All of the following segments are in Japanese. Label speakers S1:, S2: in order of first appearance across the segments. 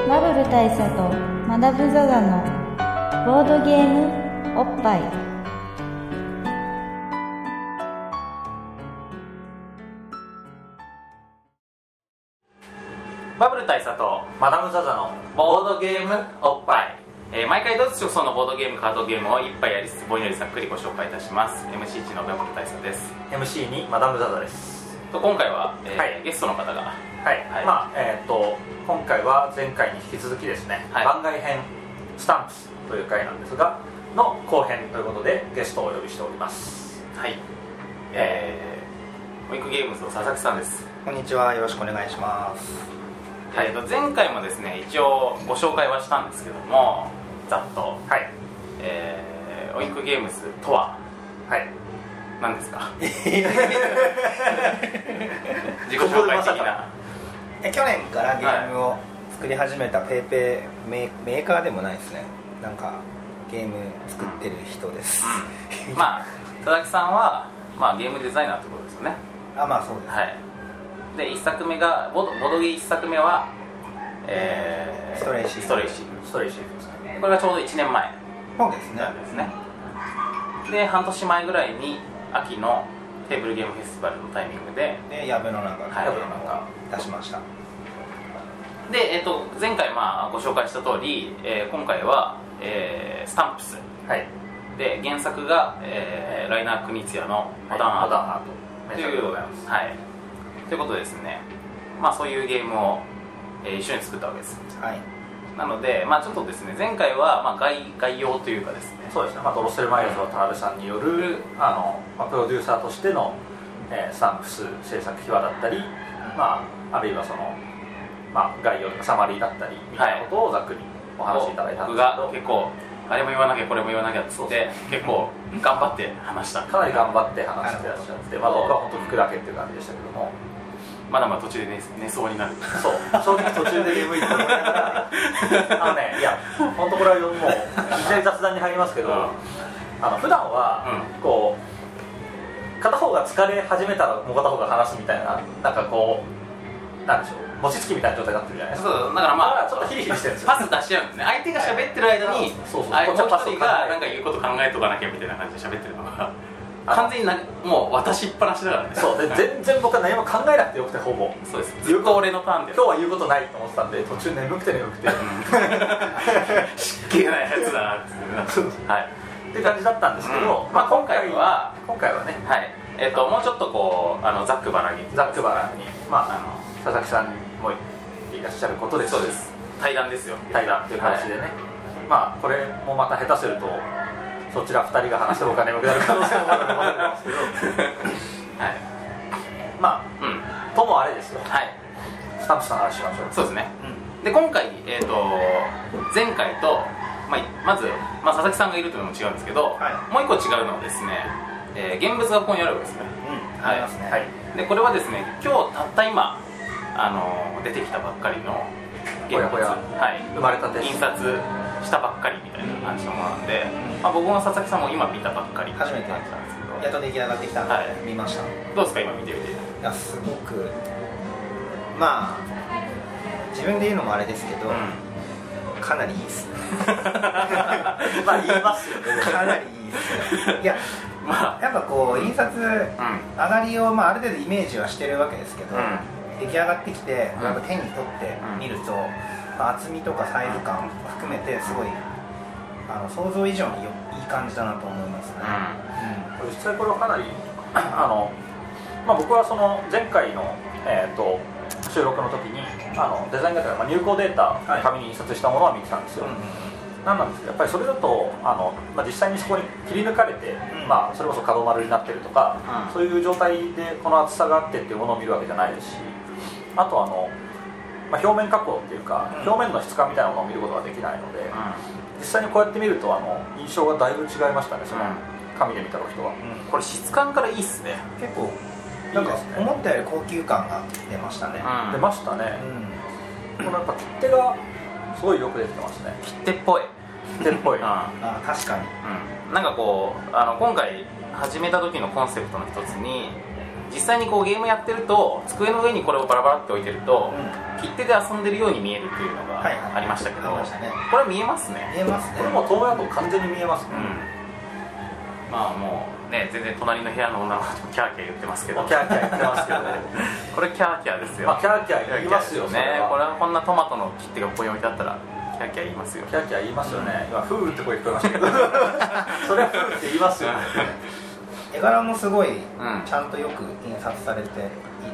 S1: 大佐とマダム・ザ・ザのボードゲームおっぱい
S2: バブル大佐と
S3: マダム・ザ・ザの
S2: ボードゲームおっぱい、えー毎回どつしょそのボードゲームカードゲームを一杯やりつつぼんやりざっくりご紹介いたします MC1 のバブル大佐です
S3: MC にマダム・ザ・ザです
S2: と今回は、えー
S3: はい
S2: ゲストの方が
S3: はい、
S2: はい
S3: まあえっ、と今回は前回に引き続きですね、
S2: はい
S3: 番外編スタンプスという回なんですがの後編ということでゲストをお呼びしております
S2: はいえー、ウィークゲームズの佐々木さんです、
S4: こんにちは、よろしくお願いします。
S2: はい、えーと前回もですね一応ご紹介はしたんですけどもざっと、
S3: はい
S2: えー、ウィークゲームズとは
S3: はい
S2: 何ですか自己紹介的な
S4: え去年からゲームを作り始めたペーペーメーメーカーでもないですね。なんかゲーム作ってる人です。
S2: まあ佐々木さんは、まあ、ゲームデザイナーってことですよね
S4: あ、まあそうです。
S2: はいで1作目がボドボドゲ1作目はえー
S4: ストレイシー
S2: ストレイシ
S3: ストレイシーズですね
S2: ーこれがちょうど1年前
S4: そうですね
S2: な。んですねで半年前ぐらいに秋のテーブルゲームフェスティバルのタイミングで
S4: で、ヤブの中
S2: はい
S4: ヤブの中出しました。
S2: で、えっと前回まあご紹介した通り、えー今回は、えースタンプス
S3: はい
S2: で原作が、えーライナー・クニツヤの「モダン・アート
S3: ダンハート
S2: と
S3: 名
S2: い
S3: 作
S2: う
S3: でございます
S2: はいということでですねまあそういうゲームを、えー一緒に作ったわけです
S4: はい。
S2: なのでまあちょっとですね前回は、まあ、概概要というかですね
S3: そうですね、まあ、ドロッセルマイヤーズの田辺さんによるあの、まあ、プロデューサーとしての、えースタンプス制作秘話だったり、まあ、あるいはその、まあ、概要とかサマリーだったりみたいなことをざっくりお話しいただいたんで
S2: 僕
S3: す
S2: が
S3: け
S2: 結
S3: ど、
S2: 構あれも言わなきゃこれも言わなきゃっつ
S3: そ
S2: っ
S3: うそう
S2: て結構頑張って話した
S3: かなり頑張って話してらっしゃって、ま
S2: な
S3: あ、
S2: るほど
S3: 僕は本当聞くだけっていう感じでしたけども
S2: まだまだ途中で寝寝そうになる
S3: そう正直途中で眠いと思いながらあのねいや本当これはもういきなり雑談に入りますけど、
S2: うん
S3: あの普段は
S2: う
S3: こう片方が疲れ始めたらもう片方が話すみたいななんかこうなんでしょう餅つきみたいな状態になってるじゃないです
S2: そ
S3: か
S2: うだからまあ
S3: ちょっとヒリヒリしてるんですよ
S2: パス出し合うんですね相手が喋ってる間に
S3: そうそう
S2: あもう
S3: こっちはパ
S2: 一
S3: ス
S2: 人
S3: 考
S2: がなん
S3: えて
S2: か言うこと考えとかなきゃみたいな感じで喋ってるのが完全になもう渡しっぱなしだからね
S3: そうで全然僕は何も考えなくてよくてほぼ
S2: そうですずっと俺のターンで
S3: 今日は言うことないと思ってたんで途中眠くて眠くて
S2: 湿気ないやつだなっていうなはい
S3: って感じだったんですけど、
S2: うんまあ今回は
S3: 今回はね
S2: はいえっともうちょっとこうあのざっくばらに
S3: ざっくばらんにまあ
S2: あの
S3: 佐々木さんもいらっしゃることですし
S2: そうです対談ですよ
S3: 対談という形でね、まあこれもまた下手するとそちら2人が話してもお金もくなる可能性もあると思ってますけど
S2: はい
S3: ま
S2: うん
S3: あともあれですよ
S2: はい
S3: スタンプさんの話しましょう
S2: そうですね、で今回、えー、と前回と、まあ、まず、まあ、佐々木さんがいるというのも違うんですけど、
S4: はい
S2: もう一個違うのはですね、えー現物がここにあるわけですね
S4: うん。
S2: はい
S4: ありますね。
S3: はい
S2: でこれはですね今日たった今あのー出てきたばっかりの現物
S3: ほやほや
S2: はい、
S3: 生まれたて
S2: 印刷したばっかりみたいな感じのものなんで、まあ、僕も佐々木さんも今見たばっかりっていう
S4: 初めて
S2: 感じなんですけど
S4: やっと出来上がってきたので、
S2: はい
S4: 見ました。
S2: どうですか今見てみて
S4: いやすごくまあ自分で言うのもあれですけど、
S2: う
S4: かなりいいですね。
S2: ん
S3: まあ言いますよね
S4: かなりいいですね。いや
S2: ま
S4: やっぱこう印刷
S2: あ
S4: 上がりを、まあ、ある程度イメージはしてるわけですけど、
S2: うん
S4: 出来上がってきて、
S2: うん
S4: やっぱ手に取って見ると、まあ厚みとかサイズ感含めてすごいあの想像以上によいい感じだなと思いますね、
S2: うん
S3: 実際これはかなり あの、まあ、僕はその前回の、えー、と収録の時にあのデザイン型が、まあ、入稿データ
S4: はい
S3: 紙に印刷したものは見てたんですよ、なんなんですけどやっぱりそれだとあの、まあ、実際にそこに切り抜かれて、
S4: うん
S3: まあ、それこそ角丸になってるとか、
S2: うん
S3: そういう状態でこの厚さがあってっていうものを見るわけじゃないですしあとあの、まあ、表面加工っていうか、
S4: うん
S3: 表面の質感みたいなものを見ることができないので、
S2: う
S3: 実際にこうやって見るとあの印象がだいぶ違いましたねその
S2: うん
S3: 紙で見たの人は。
S4: うん
S2: んこれ質感からいいっすね
S4: 結構なん
S3: いい
S4: か
S3: ですね
S4: 思ったより高級感が出ましたね、
S3: 出ましたね、
S4: う
S3: このやっぱ切手がすごいよくできてますね
S2: 切手っぽい
S3: 切手っぽい、
S2: うん、
S3: は
S4: ん、あ確かに
S2: なんかこうあの今回始めた時のコンセプトの一つに実際にこうゲームやってると机の上にこれをバラバラって置いてると、
S4: う
S2: 切手で遊んでるように見えるっていうの
S4: はいはい
S2: がありましたけど、
S4: ありましたね
S2: これ見えますね
S4: 見えますね
S3: これもう遠目だと完全に見えます
S2: う
S3: ね、
S2: んまあもうね全然隣の部屋の女の子とキャーキャー言ってますけど
S3: もうキャーキャー言ってます けどね
S2: これキャーキャーですよ、
S3: まあキャーキャー言いますよ
S2: キャーキャーです
S3: それ
S2: ね
S3: は
S2: これはこんなトマトの切手がここに置いてあったらキャーキャー言いますよ
S3: キャーキャー言いますよね今フーって声聞こえましたけど それはフーって言いますよね
S4: 絵柄もすごい
S2: ん
S4: ちゃんとよく印刷されていいで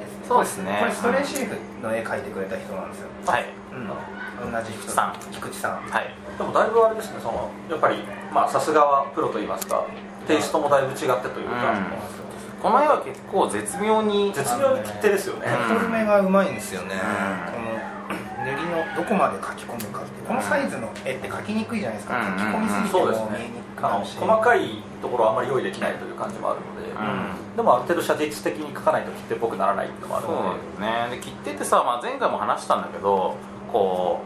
S4: すね
S2: そうですね
S4: これストレーシーフの絵描いてくれた人なんですよ
S2: はい
S4: うん同じ人
S2: さん
S4: 菊池さん
S2: はい
S3: でもだいぶあれですねそのやっぱりまあさすがはプロと言いますかテイストもだいぶ違ってというか、
S2: うんこの絵は結構絶妙に
S3: 絶妙に切手ですよね、
S2: うん
S4: 太めがうまいんですよね、
S2: うん
S4: この塗りのどこまで描き込むかってこのサイズの絵って描きにくいじゃないですか、
S2: うん
S4: 描き込みすぎて
S3: そうです
S4: も見え
S3: ね
S4: にくく
S3: あ
S4: な
S3: の
S4: るし、
S3: 細かいところはあんまり用意できないという感じもあるので、
S2: う
S3: でもある程度写実的に描かないと切手っぽくならないっていうのもある
S2: そう
S3: ので
S2: ですねで切手ってさ、まあ、前回も話したんだけどこ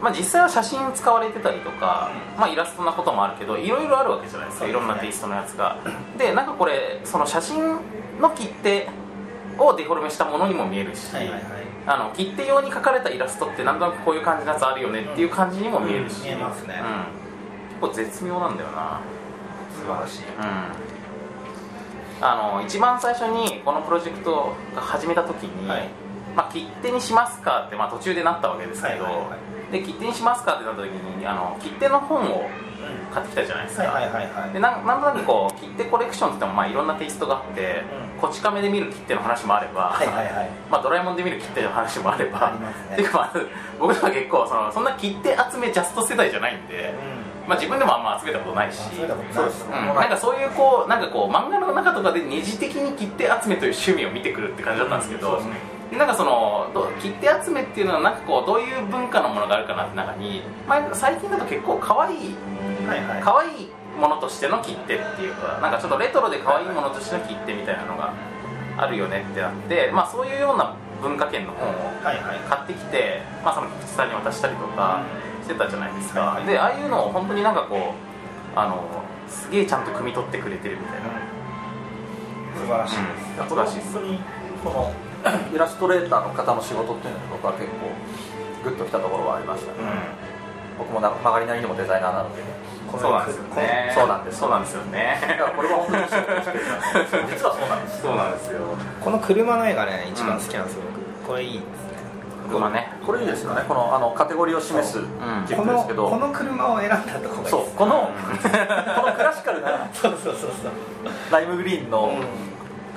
S2: う、まあ、実際は写真使われてたりとか、まあ、イラストなこともあるけどいろいろあるわけじゃないですかいろんなテイストのやつがでなんかこれその写真の切手をデフォルメしたものにも見えるし、
S4: はいはいはい
S2: あの切手用に描かれたイラストってなんとなくこういう感じのやつあるよねっていう感じにも見えるし、
S4: 見えますね
S2: うん、結構絶妙なんだよな
S4: 素晴らしい
S2: うんあの一番最初にこのプロジェクトが始めた時に、
S4: はい
S2: まあ、切手にしますかって、まあ、途中でなったわけですけど、
S4: はいはいは
S2: で切手にしますかってなった時にあの切手の本を買ってきたじゃないですか、
S4: はいはいはいはい
S2: でなんなんとなくこう切手コレクションって言っても、まあ、いろんなテイストがあって、
S4: うん
S2: こち亀で見る切手の話もあれば、
S4: はいはいはい
S2: まあ、ドラえもんで見る切手の話もあれば
S4: ありますね
S2: っていうか、まあ、僕らは結構そのそんな切手集めジャスト世代じゃないんで、まあ、自分でもあんま集めたことないし
S4: あそういうこと
S3: そう
S4: な
S3: で
S4: いですす
S3: ね
S4: ね
S2: うんなんかそういうこうなんかこう漫画の中とかで二次的に切手集めという趣味を見てくるって感じだったんですけど、
S3: うんそうですね
S2: でなんかそのど切手集めっていうのはなんかこうどういう文化のものがあるかなって中に、まあ、最近だと結構可愛い
S4: はいはい
S2: 可愛いものとしての切手っていうかなんかちょっとレトロで可愛いものとしての切手みたいなのがあるよねってなって、まあ、そういうような文化圏の本を
S4: はいはい
S2: 買ってきて、まあ、その菊池さんに渡したりとかしてたじゃないですか、
S4: はいはい
S2: でああいうのを本当になんかこうあのすげえちゃんと汲み取ってくれてるみたいな、
S4: 素晴らしい
S3: いやこれは本当にこの イラストレーターの方の仕事っていうのに僕は結構グッときたところはありましたね、僕もな曲がりなりにもデザイナーなので
S4: この
S2: そうなんですよね
S3: そうなんです
S2: そうなんですよ
S3: だか
S2: ね
S3: らこれは本当に実はそうなんです
S2: そうなんですよ
S4: この車の絵がね一番好きなんですよ、僕これいいですね
S2: 車ね
S3: これいいですよねこのあのカテゴリーを示す
S2: ん
S3: ジ
S4: こ
S3: ップで
S4: の
S3: すけど、
S4: この車を選んだとこがいいです
S3: そうこのこのクラシカルな
S4: そうそうそうそう
S3: ライムグリーンの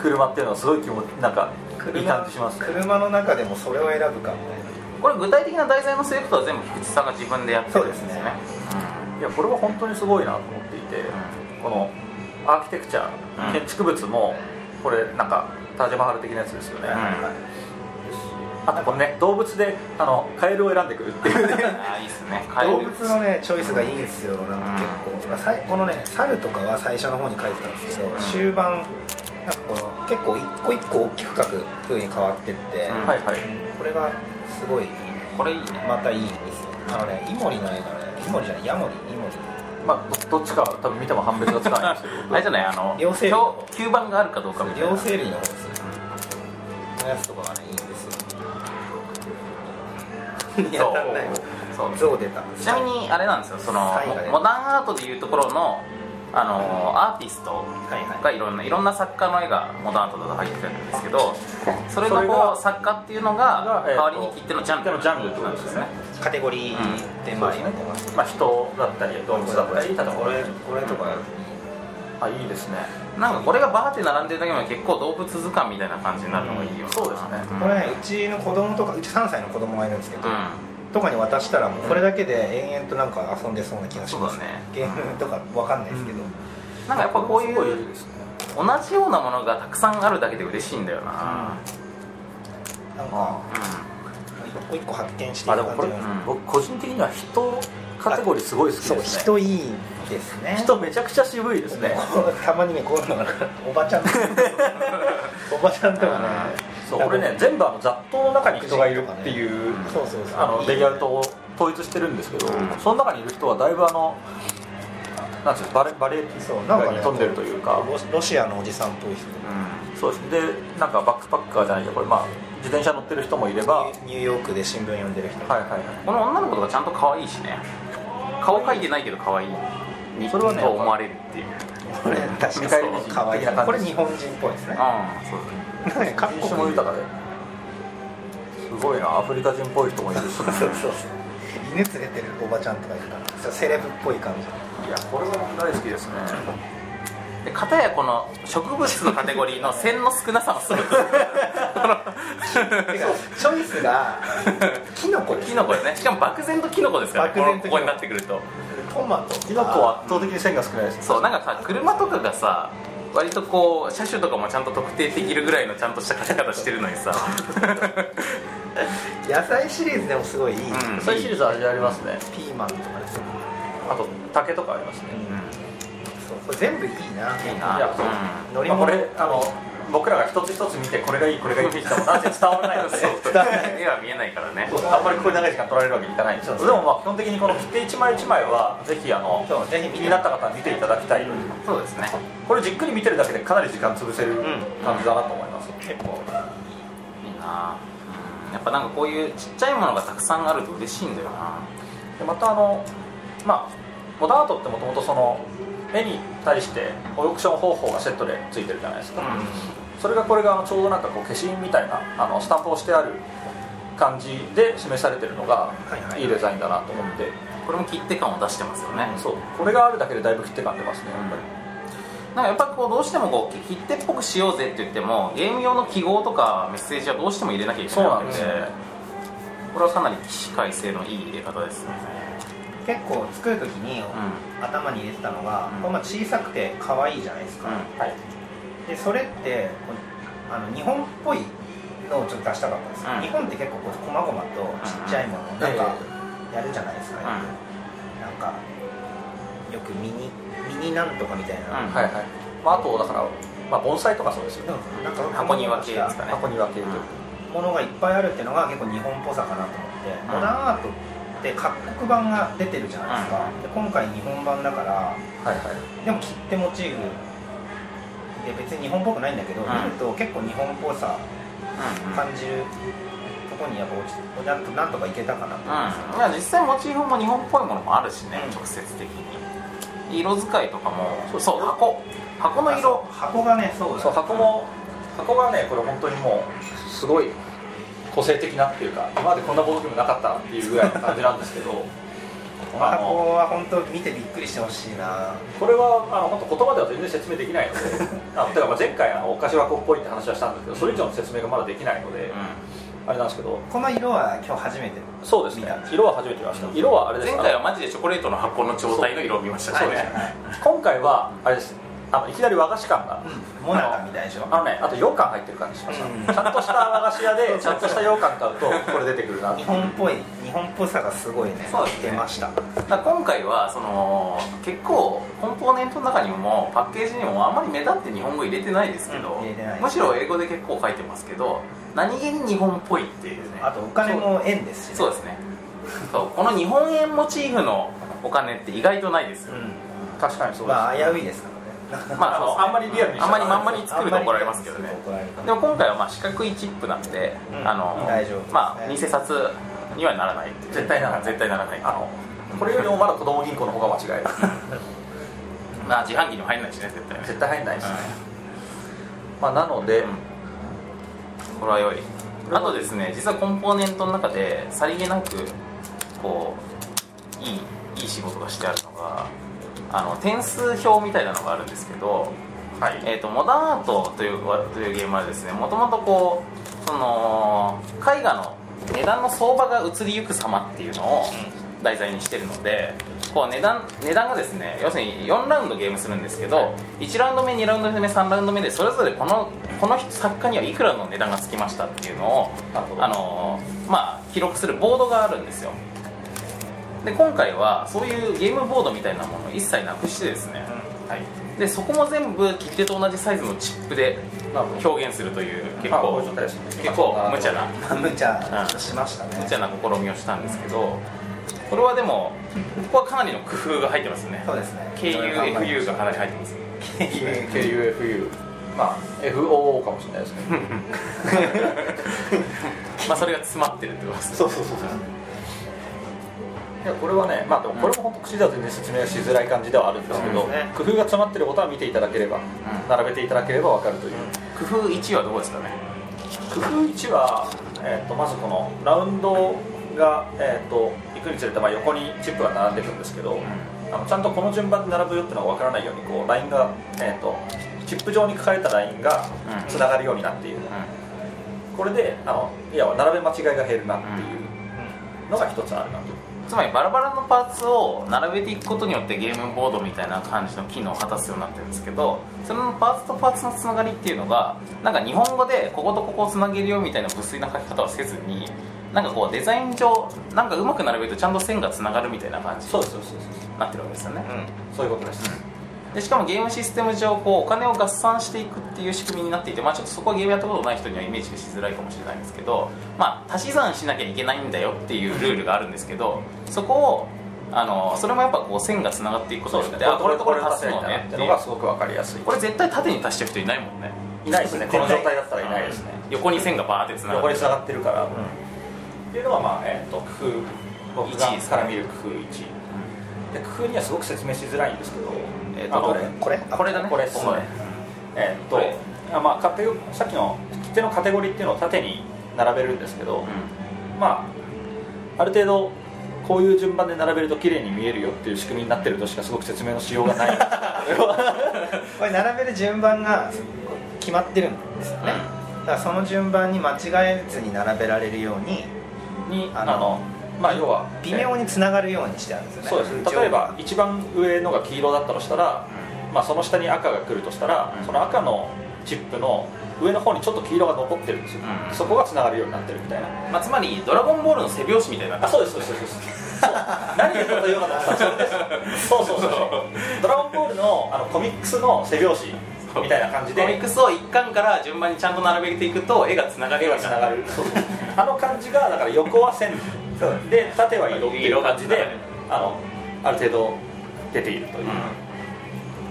S3: 車っていうのはすごい気持ちなんかいい感じしますね
S4: 車の中でもそれを選ぶかみたいな
S2: これ具体的な題材のセレクトは全部菊池さんが自分でやってるんですよね
S4: そうで
S3: いやこれは本当にすごいなと思っていて、このアーキテクチャ、
S2: うん
S3: 建築物もこれなんかタージマハル的なやつですよね、
S2: うん
S3: あとこのね動物であのカエルを選んでくるっていうね
S2: ああいいっすね
S4: 動物のねチョイスがいいんですよなんか結構、さいこのね猿とかは最初の方に書いてたんですけど終盤なんかこの結構一個一個大きく書く風に変わってって、
S2: うん
S3: はいはい
S4: これがすごい
S2: これいいね
S4: またいいんですよあのねイモリの絵がねイモリじゃないヤモリイモリ
S3: まあどどっちかは多分見ても判別がつかないんですけど
S2: あれじゃないあの
S4: 両生類
S2: 今日吸盤があるかどうかみたいな
S4: 両生類の方ですよのやつとかがねいいんですよやたん ない
S2: そうそう
S4: ゾウ出た
S2: ちなみにあれなんですよその
S4: はいはい
S2: モダンアートでいうところのあのアーティスト
S4: はいはい
S2: がいろんないろんな作家の絵がモダンアートだと入ってるんですけどそれの
S3: それ
S2: こ
S3: が
S2: う作家っていうの
S3: が
S2: が代
S3: えーと
S2: わりに切手のジャンル
S3: 切手のジャンルってことですね
S4: カテゴリーでまあやってます
S3: まあ人だったり動物だったり例えば
S4: これこれとか
S3: あいいですね
S2: なんかこれがバーって並んでるだけでも結構動物図鑑みたいな感じになるのがいいよな
S3: そうですね
S2: ん
S4: これねうちの子供とかうち3歳の子供がいるんですけど、
S2: う
S4: とかに渡したらもうこれだけで延々となんか遊んでそうな気がします
S2: そうだね
S4: ゲームとかわかんないですけど、
S2: んなんかやっぱこうい
S3: すご
S2: う
S3: いですね
S2: 同じようなものがたくさんあるだけで嬉しいんだよな
S4: なんか
S2: う
S4: 一個一個発見してい
S3: あ
S4: く
S3: でも
S4: 感
S3: これ、
S4: じなんです
S2: ん
S3: 僕個人的には人カテゴリーすごい好き
S4: そう
S3: ですね
S4: 人いいですね
S3: 人めちゃくちゃ渋いですね
S4: こうたまにねこういうのがおばちゃんとかおばちゃんとかね
S3: そうこれね全部あの雑踏の中に人がいるっていう、
S4: そうそうそう
S3: あのレイアウトを統一してるんですけど、
S2: ん
S3: その中にいる人はだいぶあのなんていうんですかバレバレエテ
S4: そう
S3: ィ
S4: なん
S3: が
S4: か、
S3: に
S4: ね、
S3: 富んでるというか
S4: ロロシアのおじさんっぽい人
S3: そうですでなんかバックパッカーじゃないけどこれまあ自転車乗ってる人もいればはい
S4: ニューヨークで新聞読んでる人
S3: はいはい
S2: この女の子とかちゃんと可愛いしね顔描いてないけど可愛いに
S3: それはね
S2: と思われるっていううん
S4: これ確
S3: 見
S4: か
S3: 返り
S4: に
S3: 人
S4: 可愛い
S3: 的な感じ
S4: これ日本人っぽいですね
S2: そうだね
S4: なんか
S3: 人種も豊かですすごいなアフリカ人っぽい人 もいるし
S4: そうそうそう犬連れてるおばちゃんとかいるからそうセレブっぽい感
S3: い
S4: じ
S3: やこれは大好きですね
S2: で片やこの植物のカテゴリーの線の少なさもすごいこ
S4: てかチョイスがキノコ
S2: の
S4: です
S2: キノコですねしかも漠然とキノコですからねこ
S4: 漠
S2: の
S4: 然と
S2: こ
S4: キノコ
S2: こになってくると
S4: トマト
S3: キノコは圧倒的に線が少ないです
S2: そうなんかさ車とかがさ割とこう車種とかもちゃんと特定できるぐらいのちゃんとした方々してるのにさ
S4: 野菜シリーズでもすごいいい、
S2: うん
S3: そういうシリーズあれありますね
S4: ピーマンとかですね
S3: あと竹とかありますね
S4: そうこれ全部いいない
S2: いない
S3: やそう
S4: 乗り
S3: まあ
S4: 物
S3: これあの僕らが一つ一つ見てこれがいいこれがいいって言ってもなぜ伝わらないの で
S2: そう絵は見えないからね
S3: あんまりこれ長い時間取られるわけにいかないんですよでもまあ基本的にこの切手一枚一枚はぜひあの
S4: そうぜひ
S3: 気
S4: 見
S3: に
S4: て
S3: なった方は見ていただきたい
S2: そうですね
S3: これじっくり見てるだけでかなり時間潰せる
S2: ん
S3: 感じだなと思います
S4: 結構
S2: いいなうんやっぱなんかこういうちっちゃいものがたくさんあると嬉しいんだよな
S3: でまたあのまあモダンアートってもともとその絵に対してオークション方法がセットでついてるじゃないですか、それがこれがあのちょうどなんかこう化身みたいなあのスタンプをしてある感じで示されてるのが
S4: はいはい
S3: いいデザインだなと思って、
S2: これも切手感を出してますよね
S3: そうこれがあるだけでだいぶ切って感じますねやっぱり、
S2: なんかやっぱこうどうしてもこう切手っぽくしようぜって言ってもゲーム用の記号とかメッセージはどうしても入れなきゃいけないわけで
S3: そうなんですよね
S2: これはかなり起死回生のいい入れ方ですね
S4: 結構作る時に、頭に入れてたのが、
S2: うん
S4: これまあ小さくて可愛いじゃないですか、
S3: はい、
S4: でそれってこうあの日本っぽいのをちょっと出したかったんですよ、
S2: うん
S4: 日本って結構こう細々とちっちゃいもの、
S3: ん
S4: なんかやるじゃないですか、
S2: ん
S4: よくなんかよくミニミニなんとかみたい
S2: うん
S4: な、
S3: はいはいまあ、あとだから、まあ、盆栽とかそうですよね
S4: なんか
S2: 箱庭系ですかね
S3: 箱庭系というか、
S4: ものがいっぱいあるっていうのが結構日本っぽさかなと思って、
S2: ん
S4: モダンアートって各国版が出てるじゃないですか、で今回日本版だから
S3: はいはい
S4: でも切手モチーフで別に日本っぽくないんだけど、
S2: うん
S4: 見ると結構日本っぽさ感じるとこにやっぱ落ちてなんとなんとかいけたかなと思いますよ
S2: うん、いや実際モチーフも日本っぽいものもあるしね、
S4: うん
S2: 直接的に色使いとかもそう箱箱
S4: こ
S2: の
S4: の
S2: 色
S4: 色箱がねそうだ
S3: そう箱も箱がねこれ本当にもうすごい個性的なっていうか今までこんなボードゲームなかったっていうぐらいの感じなんですけど
S4: この
S3: あの
S4: 箱は本当見てびっくりしてほしいな
S3: これはあの本当言葉では全然説明できないのであてかまあ前回あのお菓子箱っぽいって話はしたんですけどそれ以上の説明がまだできないので、あれなんですけど
S4: この色は今日初めて
S3: そうですね
S4: 見た
S3: 色は初めて見ました色はあれです
S2: 前回はマジでチョコレートの箱の状態の色を見ました
S3: そうですね今回はあれですあのいきなり和菓子感が
S4: モナカみたいでしょ
S3: あのねあと羊羹入ってる感じしました、
S4: うん
S3: ちゃんとした和菓子屋でちゃんとした羊羹買うとこれ出てくるなって
S4: 日本っぽい日本っぽさがすごいね
S2: そうですね
S4: 出ました
S2: だから今回はその結構コンポーネントの中にもパッケージにもあんまり目立って日本語入れてないですけど、
S4: うん入れてない
S2: むしろ英語で結構書いてますけど何気に日本っぽいっていうね
S4: あとお金も円ですしね
S2: そうですねそうこの日本円モチーフのお金って意外とないですよ、
S4: う
S3: 確かにそうんです、
S4: まあ危ういですからね
S2: ま
S3: あ
S2: そう
S3: のあんまりリアルに
S2: あんまり
S3: した
S2: ま
S3: ら
S2: んまり作ると怒られますけどね
S4: 怒られるから
S2: でも今回はまあ四角いチップなんで、
S4: うん
S2: あの
S4: 大丈夫ですね
S2: まあ偽札にはならないっていう
S3: 絶対ならない
S2: 絶対ならない
S3: あのこれよりもまだ子供銀行の方が間違える
S2: まあ自販機にも入らないしね絶対ね
S3: 絶対入んないですね、まあ、なので、
S2: これは良いあとですね実はコンポーネントの中でさりげなくこういいいい仕事がしてあるのがあの点数表みたいなのがあるんですけど、
S3: はい
S2: えー、とモダンアートというというゲームはですねもともとこうその絵画の値段の相場が移りゆく様っていうのを題材にしてるのでこう値段値段がですね要するに4ラウンドゲームするんですけど1ラウンド目2ラウンド目3ラウンド目でそれぞれこのこの人作家にはいくらの値段がつきましたっていうのを
S3: なるほど
S2: あのまあ記録するボードがあるんですよで今回はそういうゲームボードみたいなものを一切なくしてですね、はい、でそこも全部切手と同じサイズのチップで
S3: なるほど
S2: 表現するという結
S3: まあこ
S2: 構
S3: ういう状態ですね
S2: 結構無茶な
S4: まあ無茶しましたね
S2: 無茶な試みをしたんですけどこれはでもここはかなりの工夫が入ってますね
S4: そうですね
S2: KUFU がかなり入ってますね
S3: KUFU まあ FOO かもしれないですね
S2: まあそれが詰まってるってことですね
S3: そうそうそうそういやこれはね、まあ、でもこれも本当口では全然説明がしづらい感じではあるんですけど、
S2: そうですね
S3: 工夫が詰まってることは見ていただければ、並べていただければ分かるという、
S2: 工夫1はどこですかね
S3: 工夫1は、えー、とまずこのラウンドが、えー、と行くにつれて、まあ、横にチップが並んでいくんですけど、あのちゃんとこの順番で並ぶよっていうのが分からないようにこうラインが、えー、とチップ上に書かれたラインが
S2: うん
S3: つながるようになっている、これであのいや並べ間違いが減るなっていうのが一つあるなと。
S2: つまりバラバラのパーツを並べていくことによってゲームボードみたいな感じの機能を果たすようになってるんですけどそのパーツとパーツのつながりっていうのがなんか日本語でこことここをつなげるよみたいな無粋な書き方はせずになんかこうデザイン上なんかうまく並べるとちゃんと線がつながるみたいな感じ
S3: そうですそうですそうです
S2: になってるわけですよね、
S3: そういうことです、
S2: でしかもゲームシステム上こうお金を合算していくっていう仕組みになっていて、まあ、ちょっとそこはゲームやったことない人にはイメージがしづらいかもしれないんですけど、まあ、足し算しなきゃいけないんだよっていうルールがあるんですけどそこをあのそれもやっぱこう線がつながっていくことによってあこれとこれ足すの
S3: な
S2: ね
S3: っ
S2: ってて
S3: いうの
S2: いう
S3: がすごくわかりやすい
S2: これ絶対縦に足してる人いないもんね
S3: いないですねこの状態だったらいないですね
S2: 横に線がバーってつなが
S3: 横
S2: っ
S3: に
S2: て
S3: つながってるから、っていうのはまあえっ、と工夫僕が
S2: 一ですね
S3: から見る工夫1で工夫にはすごく説明しづらいんですけど、
S2: えー
S3: あ
S2: とど
S3: の
S2: れ
S4: これ
S2: これだね
S3: これですね
S2: ここね
S3: えっ、
S2: ことれ
S3: あまあカテゴさっきの切手のカテゴリーっていうのを縦に並べるんですけど、まあある程度こういう順番で並べると綺麗に見えるよっていう仕組みになってるとしかすごく説明のしようがない
S4: これ並べる順番が決まってるんですよね、だからその順番に間違えずに並べられるように
S3: に
S4: あ
S3: あ
S4: の
S3: のまあ要は
S4: 微妙につながるようにしてあるんですよね
S3: そうです例えば一番上のが黄色だったとしたら、まあ、その下に赤が来るとしたら、その赤のチップの上の方にちょっと黄色が残ってるんですよ、
S2: うん
S3: そこがつながるようになってるみたいな
S2: うんまあ、つまり「ドラゴンボール」の背拍子みたいになって
S3: あ
S2: る
S3: そうですそうですそうですそう何でこんな言うかと思ったんですそうそうそうそうドラゴンボールのあのコミックスの背拍子みたいな感じで
S2: コミックスを一巻から順番にちゃんと並べていくと絵がつながる
S3: 絵
S2: よう
S3: が
S2: に
S3: つ
S2: な
S3: ながるあの感じがだから横は線で縦は色っていう感じで
S2: 色がつ
S3: あのある程度出ているという、
S2: うん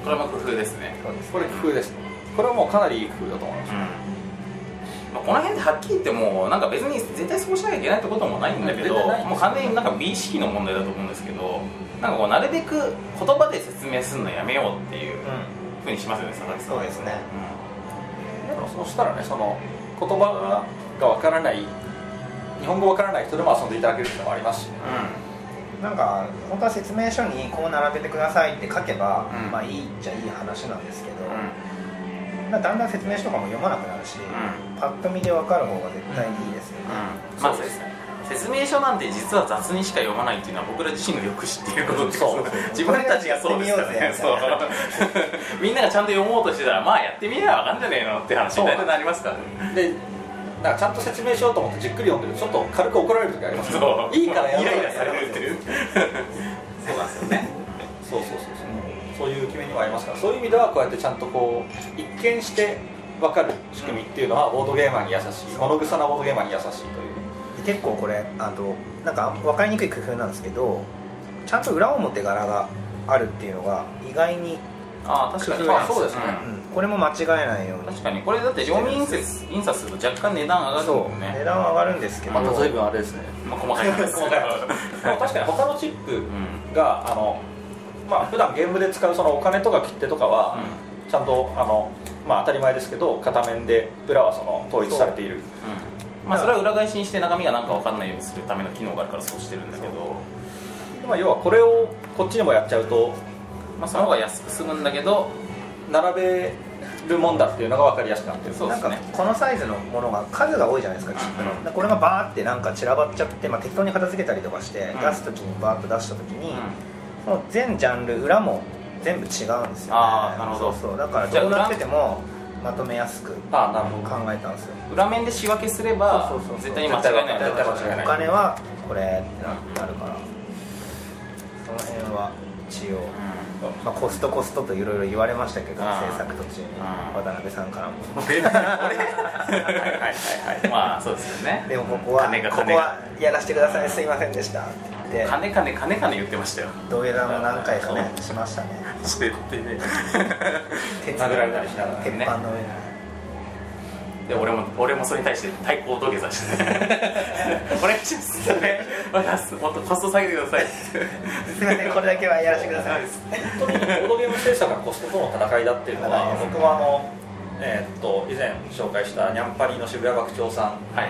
S2: これも工夫ですね、
S4: そうです
S3: これ工夫ですねこれはもうかなりいい工夫だと思います
S2: まあ、この辺ではっきり言ってもうなんか別に絶対そうしなきゃいけないってこともないんだけど
S3: 絶対ないです
S2: もう完全になんか美意識の問題だと思うんですけどなんかこうなるべく言葉で説明するのやめようっていう
S4: うん
S2: ふうにしますよね佐々木さん
S4: そうですね
S3: でもそしたらねその言葉がわからない日本語わからない人でも遊んでいただけるっていうのもありますしね
S4: なんか本当は説明書にこう並べてくださいって書けば、
S2: うん
S4: まあいいっちゃいい話なんですけど、
S2: うんうん
S4: まあだんだん説明書とかも読まなくなるし、
S2: ん
S4: パッと見で分かる方が絶対いいですよね、
S2: うんまあ
S3: そうですね
S2: 説明書なんて実は雑にしか読まないっていうのは僕ら自身がよく知っていることです
S3: そう
S2: 自分たちがそうですからねそう みんながちゃんと読もうとしてたらまあやってみりゃわかんじゃねえのって話に大体なりますからね
S3: でなんかちゃんと説明しようと思ってじっくり読んでるとちょっと軽く怒られる時ありますね
S2: そう
S3: いいからや
S2: イ
S3: ろう
S2: ライラされるっていうそうなんですよね
S3: そうそうそうそうそういう決めにもありますからそういう意味ではこうやってちゃんとこう一見して分かる仕組みっていうのはボードゲーマーに優しい物臭なボードゲーマーに優しいという
S4: で結構これあとなんか分かりにくい工夫なんですけどちゃんと裏表柄があるっていうのが意外に、
S2: ああ確かに
S4: まあ
S3: そうですね
S4: うんこれも間違えないよう
S2: うん
S4: に
S2: 確かにこれだって読み印刷印刷すると若干値段上がる
S4: そ
S2: も
S4: うん値
S2: ね
S4: 段は上がるんですけど、
S3: また随分あれですね
S2: まあ細かい 話です
S3: 細かいでも確かに他のチップ
S2: うん
S3: があのまあ普段ゲームで使うそのお金とか切手とかは、ちゃんとあの、まあ、当たり前ですけど片面で裏はその統一されている
S2: うんまあそれは裏返しにして中身がなんかわかんないようにするための機能があるからそうしてるんだけど
S3: まあ、要はこれをこっちにもやっちゃうと
S2: まあその方が安く済むんだけど
S3: 並べるもんだっていうのが分かりやすくなってる
S2: そう
S4: なんかこのサイズのものが数が多いじゃないですかチップの、
S2: うん
S4: でこれがバーってなんか散らばっちゃって、まあ、適当に片付けたりとかして、
S2: うん
S4: 出す時にバーッと出した時に、
S2: うん
S4: その全ジャンル裏も全部違うんですよ、ね、
S2: あーなるほど
S4: そうそうだからどうなっててもまとめやすく考
S3: ああなるほど
S4: えたんですよ
S2: 裏面で仕分けすれば
S4: そうそうそうそう
S2: 絶対に間違いない
S3: 絶対間違いない
S4: お金はこれってなるからその辺は一応、まあ、コストコストといろいろ言われましたけど制
S2: あー
S4: 作途中に
S2: あー
S4: 渡辺さんからも
S2: 俺俺はいはいはいはいまあそうですよね
S4: でもここは
S2: 金が
S4: ここはやらせてくださいすいませんでしたって言ってて
S2: 金金金金言ってましたよ
S4: 土下座も何回かねしましたね
S2: してってね
S4: 鉄
S3: 殴られたりしながら
S4: 鉄板の上に
S2: で俺も俺もそれに対して対抗土下座して お願いしますお願いしますもっとコスト下げてください
S4: すいませんこれだけはやらせてください
S3: 本当にボードゲーム制作がコストとの戦いだっていうのは
S4: 戦いです
S3: 僕はあの、えーっと以前紹介したニャンパリの渋谷学長さん
S2: はいはい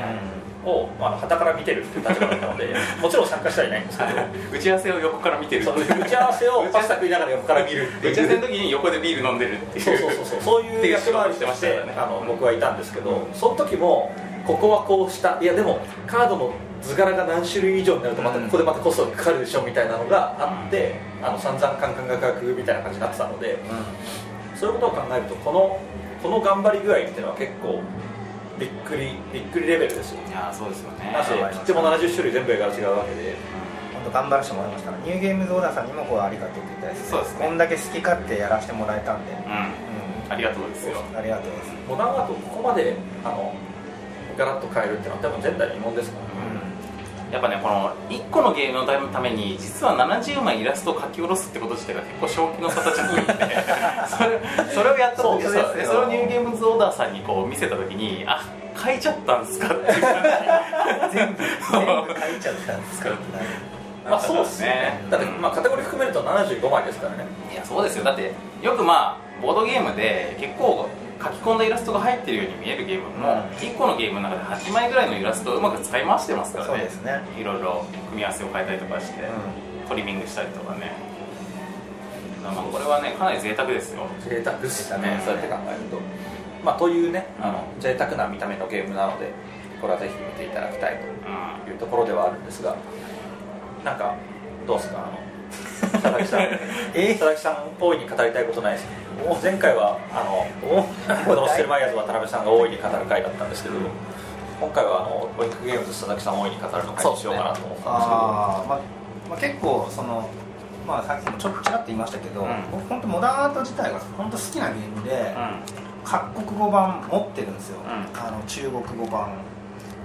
S3: をまあ、旗から見てるっていう立場だったのでもちろん参加してはいない んですけ
S2: 打ち合わせを横から見てる
S3: どその打ち合わせをパスタ食いながら横から見るって
S2: 打ち合わ
S3: い
S2: せ
S3: う
S2: の時に横でビール飲んでるっていう
S3: そうそうそうそうそういう役割をしてまして
S2: っていう仕事をしてました
S3: あの僕はいたんですけどその時もここはこうしたいやでもカードの図柄が何種類以上になるとまた
S2: うん
S3: ここでまたコストがかかるでしょみたいなのがあってあの散々カンカンガクガクみたいな感じになってたのでそういうことを考えるとこのこの頑張り具合っていうのは結構びっくりびっくりレベルですよ
S2: いやーそうですよね
S3: なし切っても70種類全部絵柄違うわけで
S4: 本当頑張らせてもらいましたからニューゲームズオーダーさんにもこうありがとうって言いたいです
S2: そ
S4: ね
S2: うですね
S4: こんだけ好き勝手やらせてもらえたんで、う、
S2: うんんありがとうですよ
S4: ありがとうござい
S3: モダンアー
S4: ます、
S3: トをここまであのガラッと変えるっていうのは多分前代未聞ですからね
S2: やっぱねこの1個のゲームのために実は70枚イラストを書き下ろすってこと自体が結構正気の沙汰じゃ ないんでそれそれをやった時
S4: そう
S2: さ
S4: ですよ
S2: それをニューゲームズオーダーさんにこう見せた時にあ書いちゃったんすかっていう感じ全部
S4: 全部書いちゃったんですから
S3: まあそうですねだって、まあ、カテゴリー含めると75枚ですからね
S2: いやそうですよだってよくまあボードゲームで結構書き込んだイラストが入ってるように見えるゲームも1個のゲームの中で8枚ぐらいのイラストをうまく使い回してますからね
S4: そうですね
S2: いろいろ組み合わせを変えたりとかして、
S4: う
S2: トリミングしたりとかねまあこれはねかなり贅沢ですよ
S3: 贅沢ですよ
S2: ね
S3: ねそうやって考えるとまあというね
S2: うん
S3: あの贅沢な見た目のゲームなのでこれはぜひ見ていただきたい
S2: うん
S3: というところではあるんですがなんかどうですかあの佐々木 さん佐々木さん大いに語りたいことないですお前回はあの「このしてるマイヤーズ」渡辺さんが大いに語る回だったんですけど今回はあのオリンピックゲームズ佐々木さん大いに語るの回にしようかなと思ったんで
S4: あー、まあ、まあ結構そのまあさっきもちょっとちらっと言いましたけど、
S2: うん
S4: 僕本当モダンアート自体が本当好きなゲームで、
S2: う
S4: 各国語版持ってるんですよ、
S2: ん
S4: あの中国語版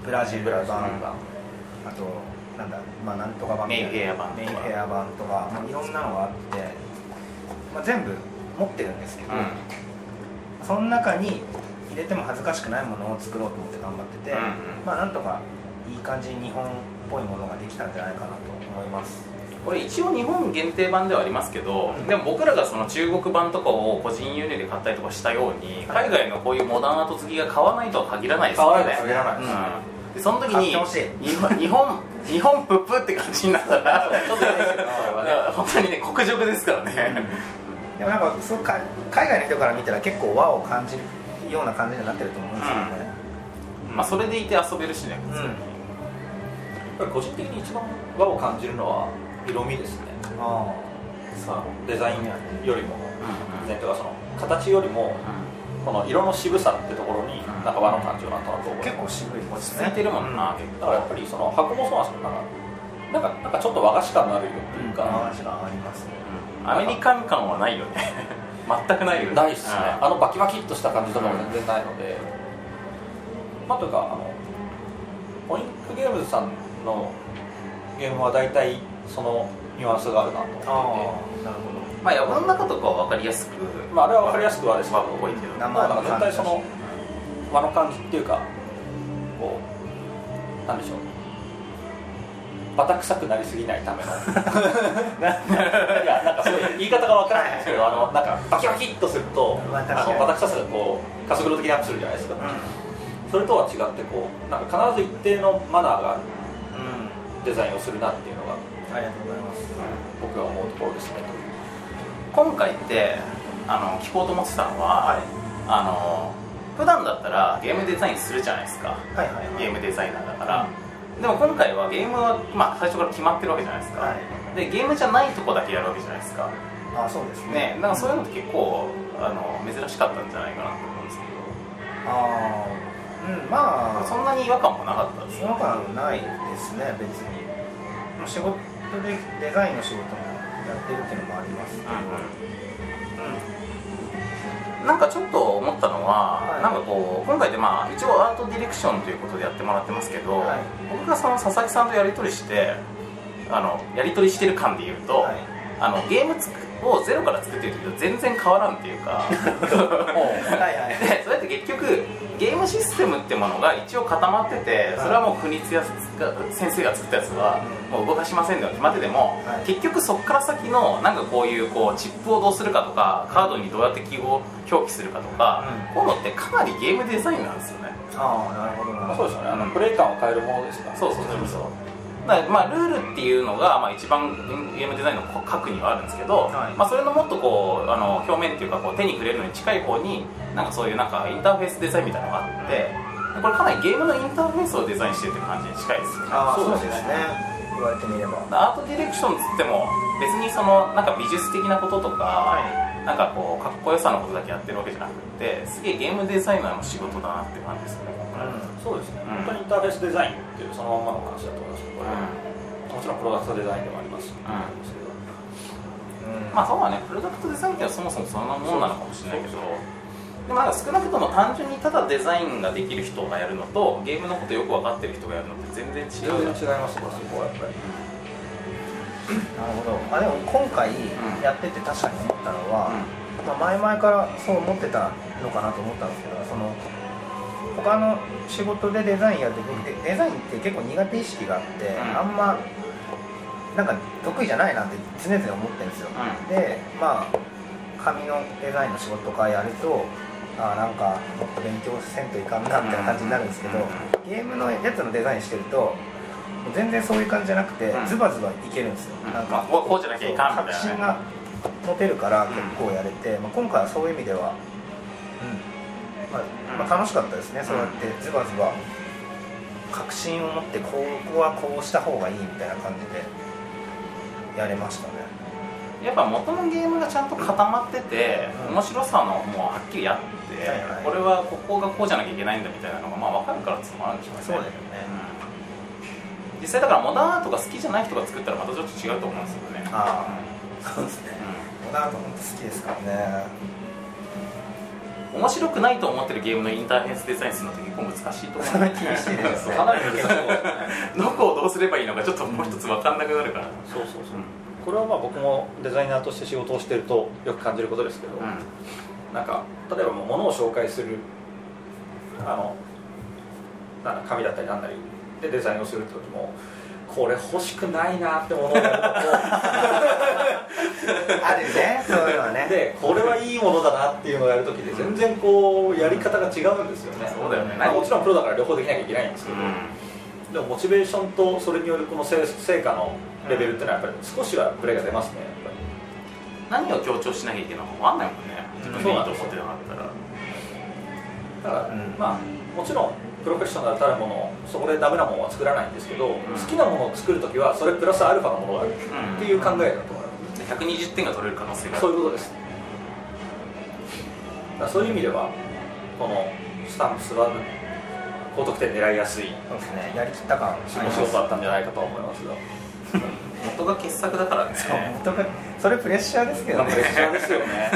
S4: ブラジル
S3: ブラ
S4: 版
S3: ジル版
S4: あとなんだ、まあ、なんとか版
S2: メイフェア版とか
S4: メイフェア版とか、まあ、いろんなのがあって、まあ、全部持ってるんですけど、
S2: ん
S4: その中に入れても恥ずかしくないものを作ろうと思って頑張ってて、
S2: うん
S4: まあなんとかいい感じに日本っぽいものができたんじゃないかなと思います
S2: これ一応日本限定版ではありますけど、でも僕らがその中国版とかを個人輸入で買ったりとかしたように海外のこういうモダンアート好きが買わないとは限らないですよね
S3: 買わないとは限らないです
S2: うんでその時に
S4: 買って
S2: 日本日本日本プップって感じになったら
S3: ちょっと嬉しいなこれはね
S2: 本当にね国辱ですからね、
S4: でもなんかそうか海外の人から見たら結構和を感じるような感じになってると思うんですよね、
S2: まあそれでいて遊べるしね
S4: うん
S3: やっぱり個人的に一番和を感じるのは色味ですね
S4: あ
S3: さあデザインよりもデザインというかその形よりもこの色の渋さってところになんか和の感情なんだなと思
S4: あ
S3: う
S4: 結構渋い落ち
S2: 続いてるもんな、結
S3: だからやっぱりその箱もそうなんですけどなんかなんかなんかちょっと和菓子感のある色っていうか、
S4: 話がありますね
S2: 構アメリカン感はないよね 全くないよね
S3: ないですね、
S2: うん
S3: あのバキバキっとした感じとかも全然ないので、まあというかあのポインクゲームズさんのゲームは大体そのニュアンスがあるなと思っていて
S4: なるほど
S2: まあ山の中とかは分かりやすく
S3: まああれは分かりやすくはですね
S2: まあ多いけど
S4: な
S3: まあだから絶対その和の感じっていうかこうなんでしょうバタ臭くなりすぎないためのいやなんかそういう言い方がわからないんですけどあのなんかバキバキっとすると
S4: まあ確
S3: あ
S4: か
S3: の
S4: に
S3: バタ臭さがこう加速度的にアップするじゃないですか、それとは違ってこうなんか必ず一定のマナーがある
S4: うん
S3: デザインをするなっていうのが
S4: ありがとうございます
S3: 僕は思うところですね
S2: 今回ってあの聞こうと思ってたのは、あの普段だったらゲームデザインするじゃないですか
S4: はいはいはい
S2: ゲームデザイナーだから、でも今回はゲームは、まあ、最初から決まってるわけじゃないですか、
S4: は
S2: でゲームじゃないとこだけやるわけじゃないですか
S4: あそうです
S2: ね
S4: ね
S2: だからそういうのって結構あの珍しかったんじゃないかなと思うんですけど
S4: ああうんまあ
S2: そんなに違和感もなかったです
S4: 違和感ないですね別に仕事でデザインの仕事もやってるっていうのもありますけど、
S2: なんかちょっと思ったのは、
S4: はい
S2: なんかこう今回でまあ一応アートディレクションということでやってもらってますけど、
S4: はい
S2: 僕がその佐々木さんとやり取りしてあのやり取りしてる感で言うと、
S4: はい
S2: あのゲームつくをゼロから作ってる時と全然変わらんっていう か
S4: はいはい
S2: でそれって結局ゲームシステムってものが一応固まっててそれはもう国津や先生が作ったやつはもう動かしませんでは決まってても、
S4: はい
S2: 結局そこから先のなんかこういうこうチップをどうするかとかカードにどうやって記号を表記するかとか、こういうのってかなりゲームデザインなんですよね
S4: ああなるほどな
S3: まあ、そうですよねあの、
S2: うん
S3: プレイ感を変えるものですから
S2: そうそうそうそうだからまあルールっていうのが、まあ、一番ゲームデザインの核にはあるんですけど、
S4: はい
S2: まあ、それのもっとこうあの表面っていうかこう手に触れるのに近い方になんかそういうなんかインターフェースデザインみたいなのがあってでこれかなりゲームのインターフェースをデザインしてるって感じに近いですよね
S4: ああ
S3: そ
S4: そうう
S3: ですね
S4: ですね言われてみれば
S2: アートディレクションっつっても別にそのなんか美術的なこととか、なんかこうかっこよさのことだけやってるわけじゃなくってすげえゲームデザイナーの仕事だなって感じですよね、
S3: そうですね、
S2: ん
S3: 本当にインターフェースデザインっていうそのまんまの話だと思いますけど、これもちろんプロダクトデザインでもありますし、
S2: ん
S3: ですけど
S4: うん
S2: まあそうはねプロダクトデザインっていうのはそもそもそんなもんなのかもしれないけどでもなんか少なくとも単純にただデザインができる人がやるのとゲームのことよく分かってる人がやるのって全然違
S3: 全
S2: う
S3: 然
S2: な
S3: 違いますからそこはやっぱり
S4: なるほどあでも今回
S2: ん
S4: やってて確かに思ったのは、まあ、前々からそう思ってたのかなと思ったんですけどその他の仕事でデザインやるときにデデザインって結構苦手意識があって、
S2: うん
S4: あんまなんか得意じゃないなって常々思ってるんですよ、
S2: う
S4: でまあ紙のデザインの仕事とかやるとあーなんかもっと勉強せんといかんなみたいな感じになるんですけど、ゲームのやつのデザインしてるともう全然そういう感じじゃなくて、
S2: うん
S4: ズバズバいけるんですよ、
S2: うん
S4: なん
S2: まあ
S4: か
S2: こうこうじゃなきゃいかんみ
S4: 確
S2: たいなね
S4: 信が持てるから結構やれて、まあ、今回はそういう意味では、うんまあまあ楽しかったですね、そうやってズバズバ確信を持ってここはこうした方がいいみたいな感じでやれましたね
S2: やっぱ元のゲームがちゃんと固まってて
S4: うん
S2: 面白さのもうはっきりあって、
S4: はいはい
S2: これはここがこうじゃなきゃいけないんだみたいなのがまあ分かるからっていうのもあるんでしょうねうん実際だからモダンアートが好きじゃない人が作ったらまたちょっと違うと思うんですよね
S4: ああそうですねモダンアート本当好きですからね
S2: 面白くないと思ってるゲームのインターフェースデザインするのって結構難しいと思うん
S4: 厳しいですね
S2: そう
S3: かなり難しいですね
S2: どこをどうすればいいのかちょっともう一つ分かんなくなるから
S3: そうそうそう、これはまあ僕もデザイナーとして仕事をしてるとよく感じることですけど、
S2: う
S3: なんか例えばもう物を紹介するあのなんだ紙だったりなんだりでデザインをするって時もこれ欲しくないなって ものをや
S4: あるねそういうの
S3: るのと
S4: はね
S3: でこれはいいものだなっていうのをやるときで全然こうやり方が違うんですよね
S2: そうだよね
S3: まあもちろんプロだから両方できなきゃいけないんですけ
S2: ん
S3: ど、でもモチベーションとそれによるこの成成果のレベルっていうのはやっぱり少しはプレーが出ますねやっぱり
S2: 何を強調しなきゃいけないのか分かんないもんね自分でいいと思ってなかったら
S3: だから、
S4: うん
S3: まあもちろんプロフェッショナルたるものそこでダメなものは作らないんですけど、好きなものを作るときはそれプラスアルファのものがあるっていう考えだと思います、
S2: で120点が取れる可能性があ
S3: そう
S2: る
S3: いうことですだからそういう意味ではこのスタンプスは高得点狙いやすい
S4: そうですねやりきった感
S3: 仕事だったんじゃないかとは思いますが、
S2: 元が傑作だからですよ
S4: そうそれプレッシャーですけど
S3: まあプレッ
S4: ね
S3: シャーですよね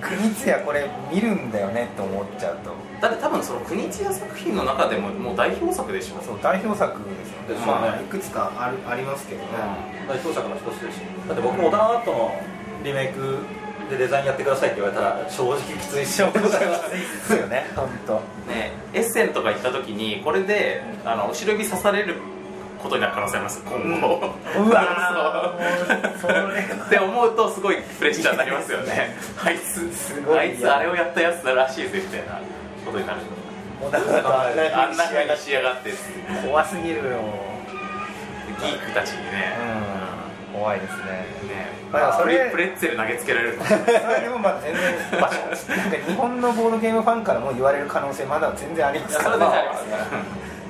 S4: 国津やこれ見るんだよねって思っちゃうと
S2: だって多分その国津屋作品の中でももう代表作でしょ
S4: そう代表作ですよね
S3: ですよね
S4: まあいくつかあるありますけどね、
S3: 代表作の一つですしだって僕モダンアートのリメイクでデザインやってくださいって言われたら正直きついしょうございます
S4: ですよね本当
S2: ねエッセンとか行った時にこれであの後ろ指刺されることになる可能性あります今後
S4: うわー もうそれは
S2: って思うとすごいプレッシャーになりますよ ねあいつす
S4: ごい
S2: あいつあれをやったやつらしいぜみたいなことになる
S4: もうだから
S2: あんな風に仕上がってギ
S4: 怖すぎるよ
S2: ークたちにね,、
S4: うん怖いですね
S2: ね
S4: まあ
S2: まあ
S4: それ
S2: プレッツェル投げつけられる
S4: それでもまあ全然なんか日本のボードゲームファンからも言われる可能性まだ全然あり ますから
S2: それは全然ありますから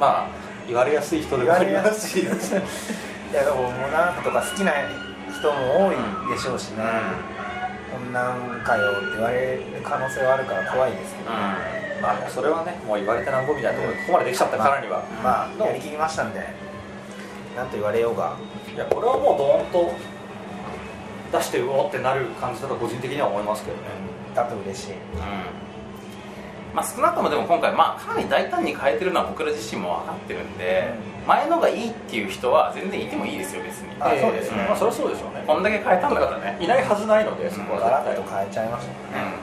S3: まあ言われやすい人で
S4: 言
S3: も
S4: わ
S3: あ
S4: れ
S3: り
S4: や
S3: ます
S4: いいやでもモダンアートとか好きな人も多いでしょうしね、こんなんかよって言われる可能性はあるから怖いですけど、
S3: まあそれはねもう言われてなんぼみたいなところでここまでできちゃったからには、
S4: まあやりきりましたんでなんと言われようが
S3: いやこれはもうドーンと出してうおーってなる感じだと個人的には思いますけどね
S4: だと嬉しい
S2: うんまあ、少なくともでも今回、まあ、かなり大胆に変えてるのは僕ら自身も分かってるんで、前のがいいっていう人は全然いてもいいですよ別に、
S4: あそうです
S2: ね
S3: まあそりゃそうでしょうね
S2: こんだけ変えたんだからね
S3: いないはずないのでそこ
S4: ガ
S3: は
S4: ラッ
S3: 絶
S4: と
S3: 対
S4: 変えちゃいましたね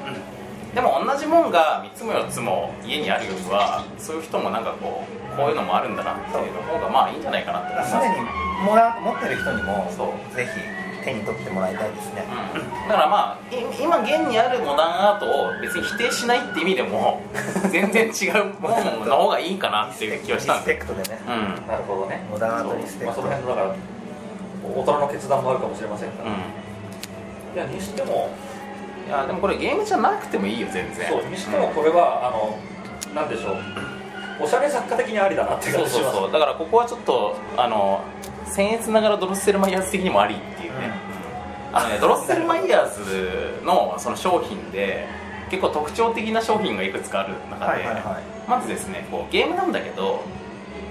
S2: うんでも同じもんが3つも4つも家にあるよりはそういう人もなんかこうこういうのもあるんだなっていうの方がまあいいんじゃないかなって思います
S4: すでにもら持ってる人にも
S2: そ
S4: ぜひ手に取ってもらいたいですね
S2: うんだからまあい今現にあるモダンアートを別に否定しないって意味で も全然違うものの方がいいかなっていう気はした
S4: リ
S2: ん
S4: ス
S2: で
S4: ペクトでね
S2: うん、うん、
S3: なるほどね
S4: モダンアー
S3: そ
S4: ト
S3: う
S4: リスペ
S3: ま
S4: ク
S3: あ、
S4: ト
S3: その辺のだから大人の決断もあるかもしれませんから、いやにしても
S2: いやでもこれゲームじゃなくてもいいよ全然
S3: そうにしてもこれは、あのなんでしょうおしゃれ作家的にありだなって
S2: そう
S3: 感じ
S2: そ
S3: し
S2: う
S3: ます
S2: そうだからここはちょっとあの僭越ながらドロッセルマイヤーズ的にもありっていうね、あのねドロッセルマイヤーズのその商品で結構特徴的な商品がいくつかある中で、まずですねこうゲームなんだけど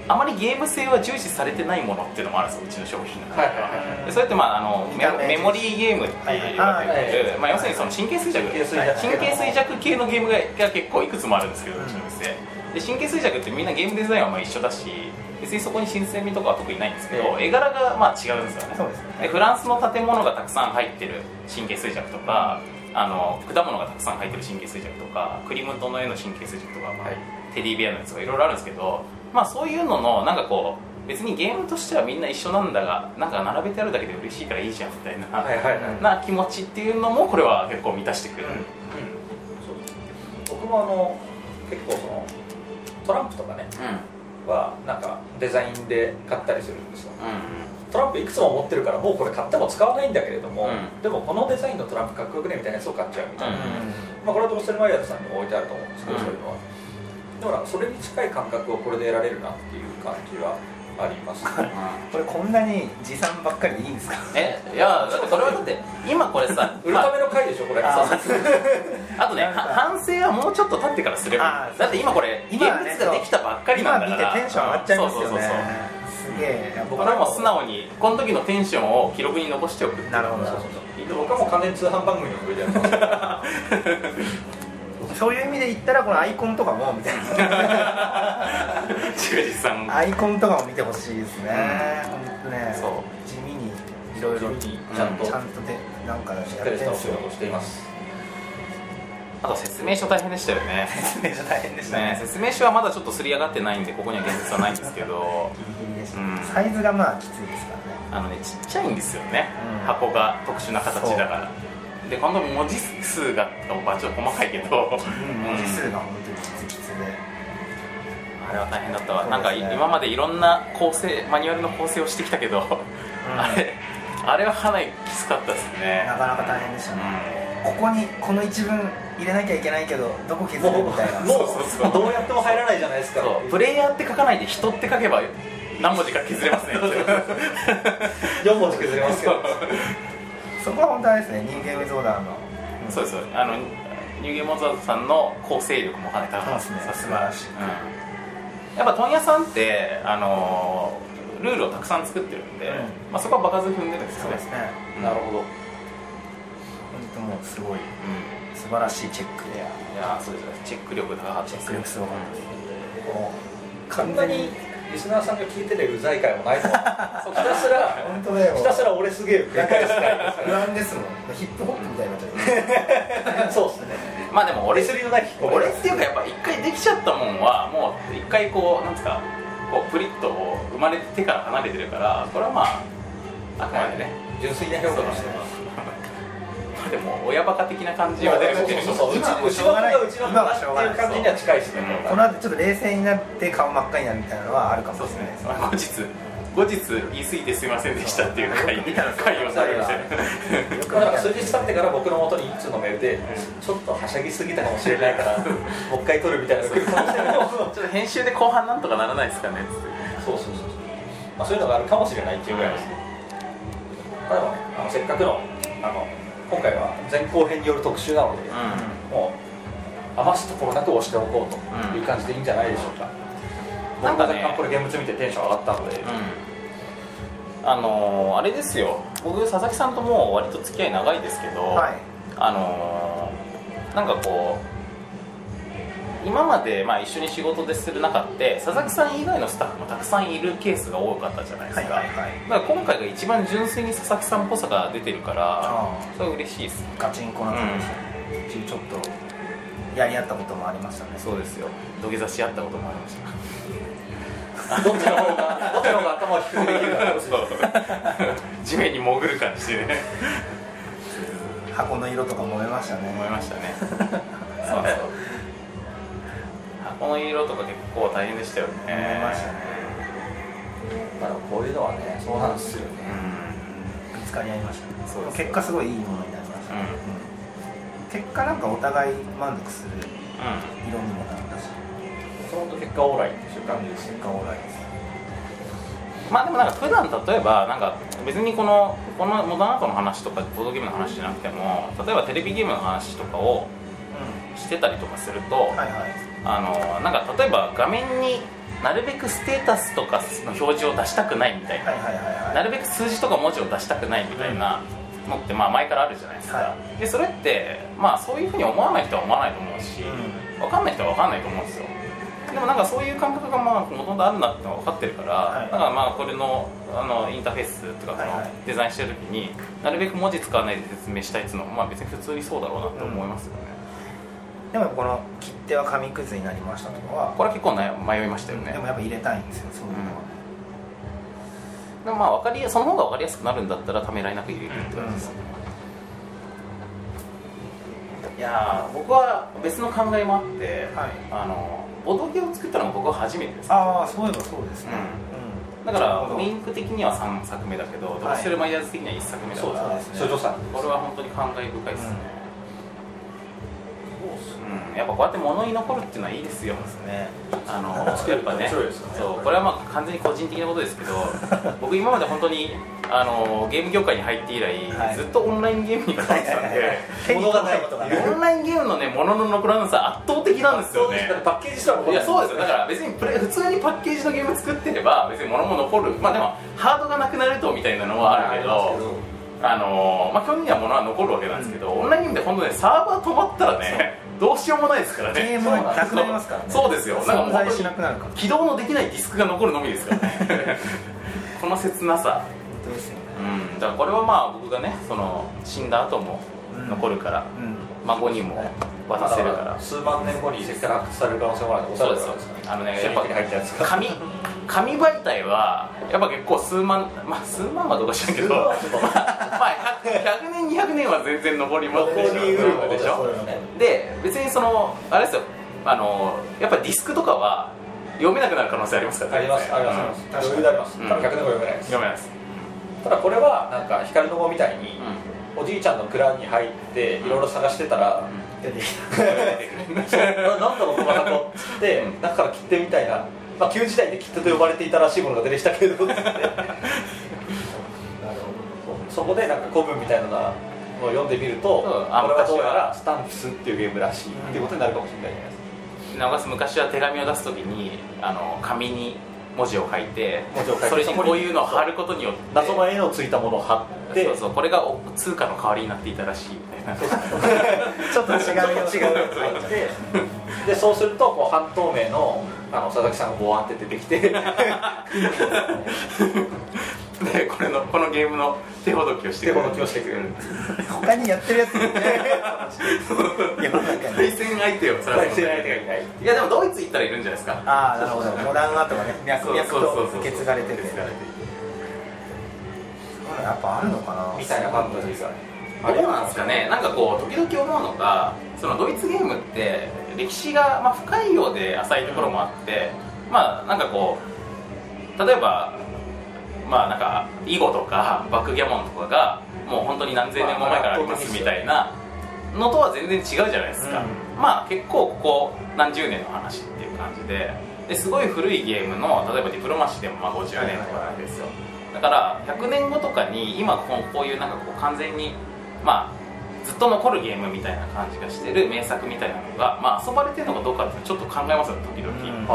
S2: あまりゲーム性は重視されてないものっていうのもあるんですようちの商品の中
S3: はい
S2: で
S3: はいはいはい
S2: でそれって、まあ、あのメ
S4: 見た目
S2: メモリーゲームって言われている、
S3: はい
S2: まあ、要するにその神経衰弱
S3: 神経衰弱
S2: 神経衰弱系のゲームがが結構いくつもあるんですけど、うちの店で神経衰弱ってみんなゲームデザインはまあ一緒だし別にそこに新鮮味とかは特にないんですけど、絵柄がまあ違うんですよね
S4: そうですね
S2: フランスの建物がたくさん入ってる神経衰弱とか、あの果物がたくさん入ってる神経衰弱とかクリムトの絵の神経衰弱とか、まあ
S3: はい
S2: テディベアのやつとかいろいろあるんですけど、まあ、そういうののなんかこう別にゲームとしてはみんな一緒なんだがなんか並べてあるだけで嬉しいからいいじゃんみたいな、
S3: はいはいはい
S2: な気持ちっていうのもこれは結構満たしてくる、
S3: 僕もあの結構そのトランプとかね
S2: うんうん
S3: はなんかデザインで買ったりするんですよトランプいくつも持ってるからもうこれ買っても使わないんだけれども、
S2: うん
S3: でもこのデザインのトランプかっこよくねみたいなやつを買っちゃうみたいな、
S2: うん
S3: まあ、これはドロッセルマイヤーズさんにも置いてあると思うんですけど、
S2: うん
S3: そういうのはだからそれに近い感覚をこれで得られるなっていう感じはありますね
S4: これこんなに持参ばっかりでいいんですか
S2: えいやだってそれはだって今これ さ
S3: 売るための回でしょこれ
S4: あー
S3: そうそう
S2: あとね、は反省はもうちょっと経ってからすればいい
S4: あー
S2: だって今これ、現
S4: 今はね
S2: 実ができたばっかりなんだから
S4: 今見てテンション上がっちゃいますよね
S2: そうそうそう
S4: すげえやっぱ
S2: そうこれはもう素直に、この時のテンションを記録に残しておくっていう
S4: なる ほどなるほ
S3: そう僕はもう完全に通販番組の上でやってますから
S4: どそういう意味で言ったらこのアイコンとかもみた いな
S2: 中地さん
S4: アイコンとかも見てほしいですね、本当ね
S2: そ
S4: 地味にいろいろ
S3: 地味にちゃんと
S4: ちゃんとでなんかやっ
S3: しっかり
S4: て
S3: し
S4: る
S3: た
S4: ん
S3: お
S4: です
S3: 仕
S4: よ
S3: 事をしています
S2: あと説明書大変でしたよね
S4: 説明書大変でした
S2: ね
S4: ね
S2: 説明書はまだちょっとすり上がってないんでここには現実はないんですけど
S4: ギリギリでした、
S2: うん
S4: サイズがまあきついですからね
S2: あのねちっちゃいんですよね、
S4: うん
S2: 箱が特殊な形だからで今度文字数がまあちょっと細かいけど、
S4: 文字数が本当にきつきつで、
S2: あれは大変だったわ、
S4: そうで
S2: なん
S4: すね
S2: か今までいろんな構成マニュアルの構成をしてきたけど、あれあれはかなりきつかったですね
S4: なかなか大変でしたね、ここにこの一文入れなきゃいけないけどどこ削るみたいな
S3: もう
S2: そうそうそう
S3: どうやっても入らないじゃないですか
S2: そうプレイヤーって書かないで人って書けば何文字か削れますね
S3: 4文字削れますけど
S4: そこは本当はですね人間ウィズオーダーの
S2: そうですよあのニューゲームモンスターズさんの構成力もかなり高かった
S4: そうですね
S2: さす
S4: 素晴
S2: が
S4: らしい
S2: うんやっぱ問屋さんってあのールールをたくさん作ってるんで、
S4: うん
S2: まあ、そこは場数踏んでるんですよ
S4: そう
S2: ね
S4: ですね
S2: うん
S3: なるほど
S4: 本当もうすごい
S2: うん
S4: 素晴らしいチェックで
S2: いやーそうですよチェック力高かったです
S4: 迫力すごかったですもう
S3: こんなにリスナーさんが聞いててうざい回もないもんそうひたすら
S4: 本当だよ
S3: ひたすら俺すげえ繰り返す回ですか
S4: 不安ですもんヒップホップみたいになっちゃう
S3: らそうっすね
S2: まあでも俺
S3: レスリーのない引っ込み
S2: 俺っていうかやっぱ一回できちゃったもんはもう一回こうなんですかこうプリッとこう生まれてから離れてるからこれはまああくまでね、
S3: 純粋な評価としてます
S2: まあでも親バカ的な感じは出る
S3: そう
S2: けど
S3: そうそううち
S4: 今は
S3: うちの子がうちの子
S4: 今
S3: が
S4: は
S3: って
S4: しょうがない
S3: いう感じには近いですね
S2: うん
S4: この後ちょっと冷静になって顔真っ赤になるみたいなのはあるか
S2: そう
S4: も
S2: で
S4: し
S2: す
S4: れない
S2: ね
S4: ですね
S2: 後日後日言い過ぎてすいませんでしたっていう回
S4: 見たらそう
S2: 回をされましたよ
S3: だから数日経ってから僕の元に一通のメールでちょっとはしゃぎすぎたかもしれない からもう一回撮るみたいなのが来るかもしれな
S2: ち
S3: い
S2: ょっと編集で後半なんとかならないですかねっつって
S3: そうそうそうそう、まあ、そういうのがあるかもしれないっていうぐらいですねまあでもねあのせっかくのあの今回は前後編による特集なので、
S2: う
S3: もう余すところなく押しておこうという感じでいいんじゃないでしょうか、
S2: なんかね
S3: 僕が若干これ現物見てテンション上がったので、
S2: ん、あのーあれですよ僕佐々木さんともう割と付き合い長いですけど、
S4: はい
S2: あのーなんかこう今までまあ一緒に仕事でする中って佐々木さん以外のスタッフもたくさんいるケースが多かったじゃないですか、
S4: はいはいはい
S2: だから今回が一番純粋に佐々木さんっぽさが出てるから
S4: あ
S2: それは嬉しいです
S4: ガチンコな感じでちょっとやり合ったこともありましたね
S2: そうですよ土下座し合ったこともありました
S3: どっちの方がどっちの方が頭を低くでき るか
S2: そう地面に潜る感じでね
S4: 箱の色とか揉めましたね
S2: 思いましたねそうそう箱の色とか結構大変でしたよね
S4: 揉めましたね
S3: まあこういうのはねそうなんですよね
S4: ぶつかり合いましたね
S2: そうです
S4: 結果すごいいいものになりましたね、うん結果なんかお互い満足する
S2: う
S4: 色にもなったし
S3: その結果オーライっていう感じです
S4: 結果オーライです
S2: んまあでもなんか普段例えばなんか別にこのこのモダンアートの話とかボードゲームの話じゃなくても例えばテレビゲームの話とかをしてたりとかすると、
S4: うんはいはい
S2: あのなんか例えば画面になるべくステータスとかの表示を出したくないみたいな
S4: はいはいはいは
S2: なるべく数字とか文字を出したくないみたいなのってまあ前からあるじゃないですか、
S4: は
S2: でそれってまあそういうふうに思わない人は思わないと思うし、
S4: う
S2: 分かんない人は分かんないと思うんですよでもなんかそういう感覚がもともとあるなってのは分かってるから、
S4: はい
S2: だからまあこれのあのインターフェースとかこ
S4: はいは
S2: の
S4: い
S2: デザインしてる時になるべく文字使わないで説明したいっていうのもまあ別に普通にそうだろうなって思いますよね、
S4: いでもこの切手は紙くずになりましたとかは
S2: これは結構悩迷いましたよね
S4: でもやっぱ入れたいんですよそういうのは、
S2: でもまあ分かりやその方が分かりやすくなるんだったらためらいなく入れるって感じですね、いやー僕は別の考えもあって、
S4: はい
S2: あのボドゲを作ったのも僕は初めてです
S4: ああそういえばそうですね、うん
S2: だから
S4: なるほど
S2: ウィンク的には3作目だけど、ドロッセルマイヤーズ的には1作目だから
S4: そうですね
S3: 所長さん
S2: これは本当に感慨深いですね、うんやっぱこうやって物に残るっていうのはいいですよ
S4: ですね
S2: あの
S3: 作
S2: や
S3: る
S2: っぱね
S3: 面白いですよね
S2: そうこれはまあ完全に個人的なことですけ ど僕今まで本当にあのゲーム業界に入って以来、
S4: はい
S2: ずっとオンラインゲームに関わってたんで
S4: 手に取らないことがね
S2: オンラインゲームのねものの残らなさ圧倒的なんですよね
S3: だってパッケージしたら
S2: いやそうですよだから別にプレイ普通にパッケージのゲーム作ってれば別に物も残るまあでもハードがなくなるとみたいなのはあるけ
S3: あります
S2: どあのーまあ基本的には物は残るわけなんですけど、オンラインゲームで本当ねサーバー止まったらねどうしようもないですからね
S4: ゲームはなくなりますからね
S2: そうそうですよなんかもう
S4: 存在しなくなるから
S2: 起動のできないディスクが残るのみですからね この切なさ
S4: 本当ですよね
S2: うんだからこれはまあ僕がねその死んだ後も残るから、
S4: うん
S2: 孫にも渡せるから
S3: 数万年後に遺跡から発掘される可能性もあるんで
S2: そうです
S3: よ
S2: よあのねや
S3: や
S2: っ
S3: っ
S2: ぱ
S3: ぱに入ったやつが
S2: 紙紙媒体はやっぱ結構数万まあ数万はどうかしらんけど、まあ、まあ 100, 年200年は全然残りますでしょ
S4: 残りうる
S2: でし
S4: そう
S2: ょ
S4: よね
S2: で別にそのあれですよあのやっぱディスクとかは読めなくなる可能性ありますから
S3: ありますあります確
S4: ん
S3: かにあります
S2: うん
S3: 多分100年後読めないで
S2: うん
S3: す
S2: 読めないです
S3: ただこれはなんか光の碁みたいにおじいちゃんの蔵に入っていろいろ探してたら
S4: 出てきた
S3: そう ななんだろうこの箱っつって
S2: うん
S3: 中から切手みたいな、まあ、旧時代で切手と呼ばれていたらしいものが出てきたけれどっつってなるほどそこでなんか古文みたいなのを読んでみるとこれ
S2: あ
S3: はどうや
S2: 昔は
S3: らスタンプスっていうゲームらしいっていうことになるかもしれないじゃないですか
S2: なおかつ昔は手紙を出すときにあの紙に文字を書いて
S3: 文字を書いて
S2: それにこういうのを貼ることによって
S3: 謎の絵のついたものを貼って
S2: そ うそうこれがお通貨の代わりになっていたらしいみたいな
S4: ちょっと違うよ違うよ
S3: 入って でそうするとこう半透明のあの佐々木さんがボワンって出てきて
S2: で これのこのゲームの手ほどきをして
S3: 手
S2: く
S3: ほ
S2: れる
S3: どきをしてくれる
S4: 他にやってるやつ もね世の中
S2: 対
S4: に
S2: 戦相手を探
S3: 対
S2: す
S3: 戦相手がいない
S2: いやでもドイツ行ったらいるんじゃないですか
S4: ああなるほどモダンアートがね脈々と受け継がれてて
S2: 受け
S4: そ
S2: 継
S4: う
S2: がれ
S4: いうのやっぱあるのかな
S3: みたいなファンタジーが
S2: てるどうなんですかねなんかこう時々思うのがそのドイツゲームって歴史が、まあ、深いようで浅いところもあってまあなんかこう例えばまあなんか囲碁とかバックギャモンとかがもう本当に何千年も前からありますみたいなのとは全然違うじゃないですか、まあ結構ここ何十年の話っていう感じでですごい古いゲームの例えばディプロマシーでもまあ50年とかなんですよだから100年後とかに今こうこういうなんかこう完全にまあずっと残るゲームみたいな感じがしてる名作みたいなのが、まあ、遊ばれてるのかどうかっていうのはちょっと考えますよ時々、
S4: うん
S3: あ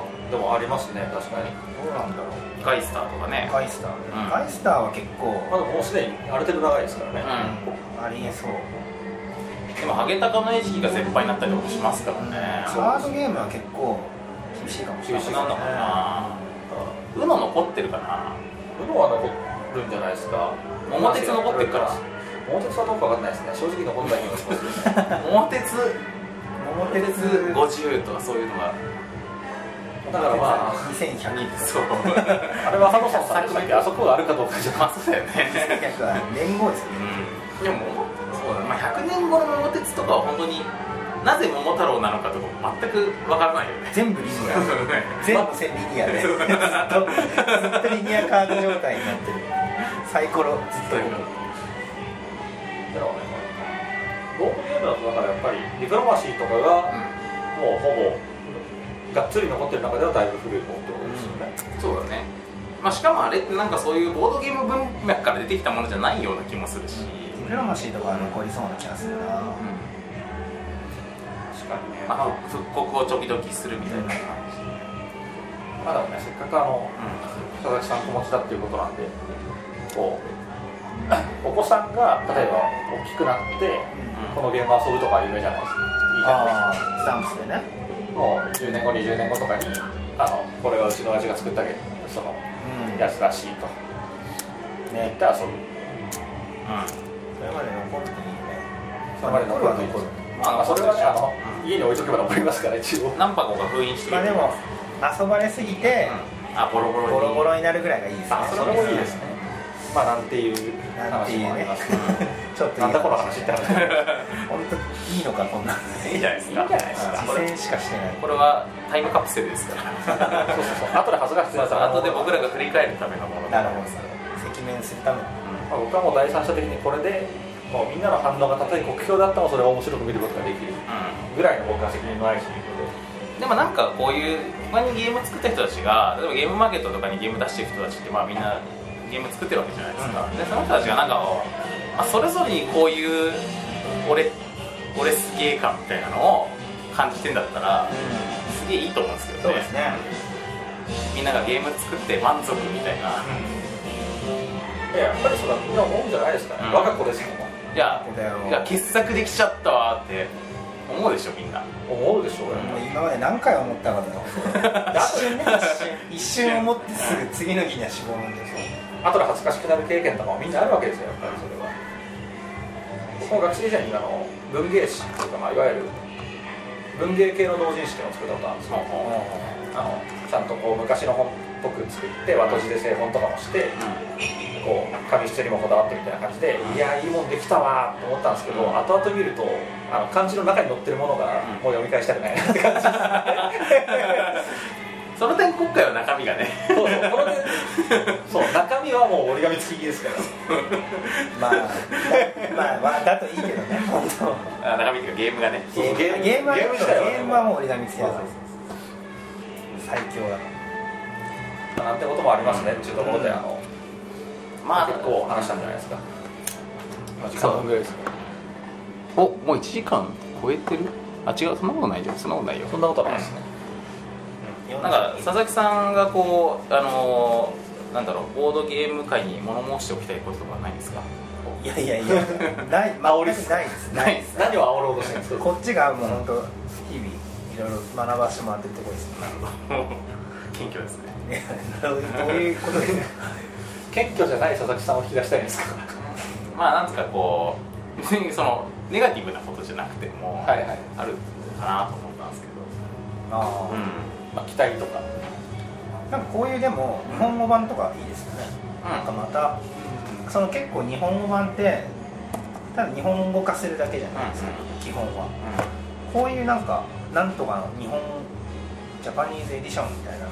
S3: あでもありますね確かに
S4: どうなんだろう
S2: ガイスターとかね
S4: ガイスターね
S2: うん
S4: ガイスターは結
S3: まだ
S4: 構
S3: もうすでにある程度長いですからね
S2: うん
S4: ありえそう
S2: でもハゲタカの餌食が絶敗になったりとかしますからね
S4: カードゲームは結構厳しいかもしれ
S2: 中
S4: な
S2: 止な
S4: い
S2: んだもんなうの残ってるかな
S3: うのは残るんじゃないですか
S2: 桃鉄残ってるから
S3: 桃鉄はどうかわかんないですね正直残んないような気 がしますね
S2: 桃鉄
S4: 桃
S2: 桃鉄
S4: 鉄
S2: 50とかそういうのが
S3: だからまあ
S4: 2100
S2: そう
S3: あれはハドソンさんでしたっけあそこがあるかどうかじゃ
S2: まあそうだよね
S4: 2100は年号ですよね
S2: うんでも桃そうだね、まあ、100年後の桃鉄とかは本当になぜ桃太郎なのかとかも全くわからないよ ね
S4: 全部リニ
S2: そうだね
S4: ア全部線リニアでずっとずっとリニアカード状態になってるサイコロずっと動く
S3: だろうねボードゲームだとだからやっぱりディプロマシーとかがもうほぼがっつり残ってる中ではだいぶ古い方ってことですよね、
S2: そうだね、まあ、しかもあれってなんかそういうボードゲーム文脈から出てきたものじゃないような気もするし、
S4: ディプロマシーとかは残りそうな気がするな、
S3: 確かにね
S2: まあ、復刻をちょきどきするみたいな感じ、
S3: まあでもねせっかくあの佐々木さん子持ちだっていうことなんでこ うお子さんが例えば大きくなってこのゲーム遊ぶとか夢じゃないですかいいじゃない
S4: ああスタンプでね
S3: ですかもう10年後20年後とかにあのこれはうちの味が作ったけどその
S4: うん
S3: やつらしいと言っ
S4: ね
S3: て遊ぶ
S4: それまで残るといいね
S3: それまで残るは残るまあそれはねあの家に置いとけば残りますから一応
S2: うん何箱か封印してい
S4: まあでも遊ばれすぎて
S2: うんあボロボロに
S4: ボロボロになるぐらいがいいですね
S3: あそれもいいですねまあなんていう
S4: なんて
S3: 話
S4: いう
S3: もあり
S4: ね
S3: ますけど
S4: ちょっといい
S3: なんだこの話って話
S4: 本当いいのかこんなの
S2: いいじゃないですか
S3: いいんじゃないですか
S2: こ
S4: 実
S2: れ
S4: 践しかしてない
S2: これはタイムカプセルですから
S3: そうそうそう後で恥ずかしいやつ
S2: 後で僕らが振り返るためのもの
S4: な
S2: だ
S4: るほど赤面するために
S3: まあ、僕はもう第三者的にこれでもうみんなの反応がたとえ酷評だったもそれを面白く見ることができるぐらいの僕は責任のないし
S2: でもなんかこういう他にゲーム作った人たちが例えばゲームマーケットとかにゲーム出してる人たちってまあみんなゲーム作ってるわけじゃないですか、でその人たちがなんか、まあ、それぞれにこういう俺俺すげえ感みたいなのを感じてんだったらすげえいいと思うんですけどね
S4: そうですね
S2: みんながゲーム作って満足みたいな、
S3: やっぱりそれはみんな思うんじゃないですかね、
S2: うん
S3: 我が子ですも
S2: いや
S4: そうだよ
S2: いや傑作できちゃったわって思うでしょみんな
S3: 思うでしょうやっ
S4: も
S3: ぱ
S4: う
S3: り
S4: 今まで何回思ったかだよ一瞬ね 一瞬一瞬思ってすぐ次の日にはしぼむんですよ
S3: 後で恥ずかしくなる経験とかもみんなあるわけですよやっぱりそれは僕も学生時代にあの文芸誌というか、まあ、いわゆる文芸系の同人誌っていうのを作ったことあるんですけど、あのちゃんとこう昔の本っぽく作って和と字で製本とかもして、こう紙質にもこだわってみたいな感じでいやいいもんできたわーと思ったんですけど、
S2: うん
S3: 後々見るとあの漢字の中に載ってるものが
S2: うん
S3: もう読み返したくないなって感じです
S2: その点今回は中身がね
S3: そうそうこれでそう中身はもう折り紙付きですから
S4: まあまあまあだといいけどね本
S2: あ中身っていうかゲームがね
S4: 当
S3: そうゲーム
S4: ゲームは
S3: ゲーム自体はね
S4: ゲームはもう折り紙つけなさい
S3: そう
S4: 最強だ
S3: なんてこともありますねっていうところであの、
S2: まあ
S3: 結構話したんじゃないですか、まあ、時
S2: そう
S3: 間分ぐらいですね
S2: おもう1時間超えてるあ違うそんなことないじゃんそんなことないよ
S3: そんなことはないですね、
S2: なんか佐々木さんがこうあのーなんだろうボードゲーム界に物申しておきたいこととかないんです か
S4: いやいやいやない全くないですないです
S3: 何を煽ろうとしてるんですか
S4: こっちがもう本当日々いろいろ学ばしてもらってるところですね
S2: 謙虚ですね
S4: どういうことです か
S3: 謙虚じゃない佐々木さんを引き出したいんですか
S2: まあなんつうかこう別にそのネガティブなことじゃなくても、
S3: はいはい
S2: あるかなと思ったんですけど
S4: あー
S3: まあ期待とか
S4: なんかこういうでも日本語版とかいいですよね、なんか
S2: う
S4: またその結構日本語版ってただ日本語化するだけじゃないですか、基本は
S2: んうん
S4: こういうなんかなんとかの日本ジャパニーズエディションみたいなの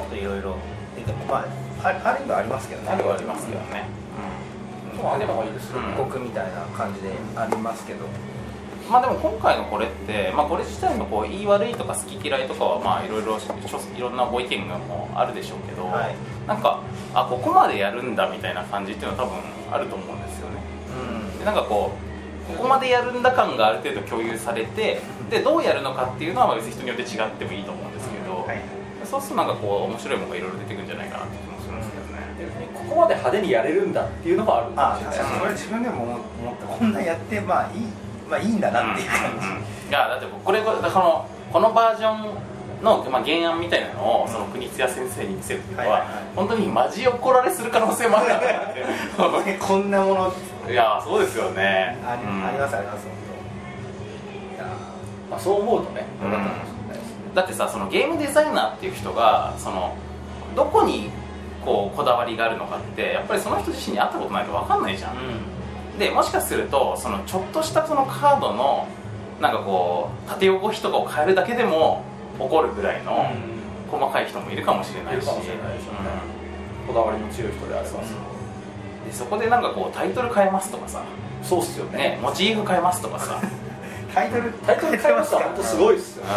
S2: うん
S4: がもっといろいろ出てもまああある意味はありますけどね
S2: あるはありますけどね、
S3: まあでもいいですよ、
S2: うん
S4: 異国みたいな感じでありますけど、
S2: まあでも今回のこれって、まあ、これ自体のこう言い悪いとか好き嫌いとかはまあいろいろいろんなご意見がもうあるでしょうけど、
S4: はい
S2: なんかあここまでやるんだみたいな感じっていうのは多分あると思うんですよねでなんかこうここまでやるんだ感がある程度共有されてでどうやるのかっていうのはまあ別に人によって違ってもいいと思うんですけど、
S4: はい
S2: そうするとなんかこう面白いものがいろいろ出てくるんじゃないかなって気もするんですけどね
S3: 逆にここまで派手にやれるんだっていうのもあるん
S4: ああ
S3: です
S4: 確
S3: よ
S4: か
S3: ね
S4: にそれ自分でも思思ったこんなやってまあいいまあいいんだなっていう感じ、
S2: いやだって僕これこのこのバージョンの、まあ、原案みたいなのをその国津屋先生に見せるっていうのは,、
S4: はいはいはい
S2: 本当にマジ怒られする可能性もあるなって思って
S4: ねこんなもの
S2: いやそうですよね
S4: あり,、
S2: うん
S4: ありますあります本
S3: いやーまあ、そう思うとね、
S2: うん
S3: よかったかもしれないですね
S2: だってさそのゲームデザイナーっていう人がそのどこにこうこだわりがあるのかってやっぱりその人自身に会ったことないと分かんないじゃん、でもしかするとそのちょっとしたそのカードのなんかこう縦横比とかを変えるだけでも怒るぐらいの細かい人もいるかもしれない
S3: いる
S2: し
S3: かもしれないですよねこだわりの強い人であれば、
S2: うんでそこでなんかこうタイトル変えますとかさ、
S3: そうっすよね
S2: ね、モチーフ変えますとかさ、
S4: 当タイトル
S3: タイトル変えました本当す
S4: い
S3: ごいっすよね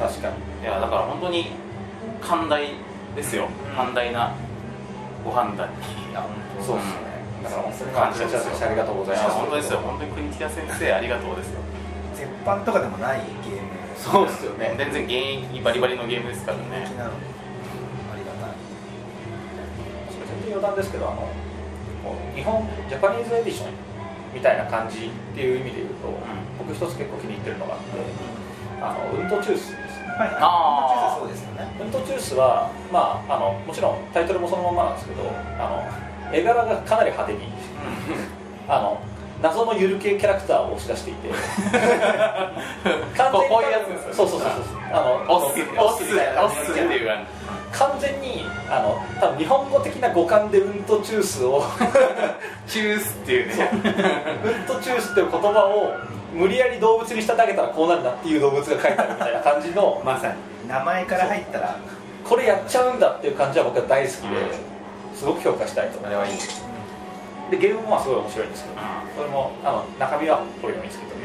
S2: う
S3: 確かに
S2: ん、いやだから本当に寛大ですよ、寛大なご判断に
S3: いやそうっすねだから本当に
S2: 感
S3: 感
S2: 謝
S3: 謝
S2: で
S3: です
S2: よ
S3: すありがとうござい
S2: いや
S3: ます
S2: 本当ですよ本当に国木田先生ありがとうですよ
S4: 絶版とかでもないゲーム
S3: そうっすよね
S2: 全然現役バリバリのゲームですからね
S4: 的なのでありがたい
S3: それ全然余談ですけどあのこう日本ジャパニーズエディションみたいな感じっていう意味で言うと、僕一つ結構気に入ってるのがあってあのウントチュースですね
S4: はい
S2: あー
S4: そうですよね
S3: ウントチュースは、まあ、あのもちろんタイトルもそのままなんですけどあの絵柄がかなり派手にあの謎のゆる系キャラクターを押し出し ていて
S2: こうこういうやつですよね
S3: そうそうそうそうあの
S2: オスオス
S3: みたいな
S2: オスっていう感
S3: 完全にあの多分日本語的な語感でうんとチュースを
S2: じチュースっていう
S3: そう
S2: ね
S3: うんとチュースっていう言葉を無理やり動物にしたたげたらこうなるなっていう動物が書いてあるみたいな感じの
S4: まさに名前から入ったら
S3: これやっちゃうんだっていう感じは僕は大好きで
S2: うん
S3: すごく評価したいと思
S2: あれ
S3: いま
S2: は
S3: す
S2: いい
S3: でゲームもまあすごい面白いんですけど
S2: う
S3: それもあの中身はこれを見つけたという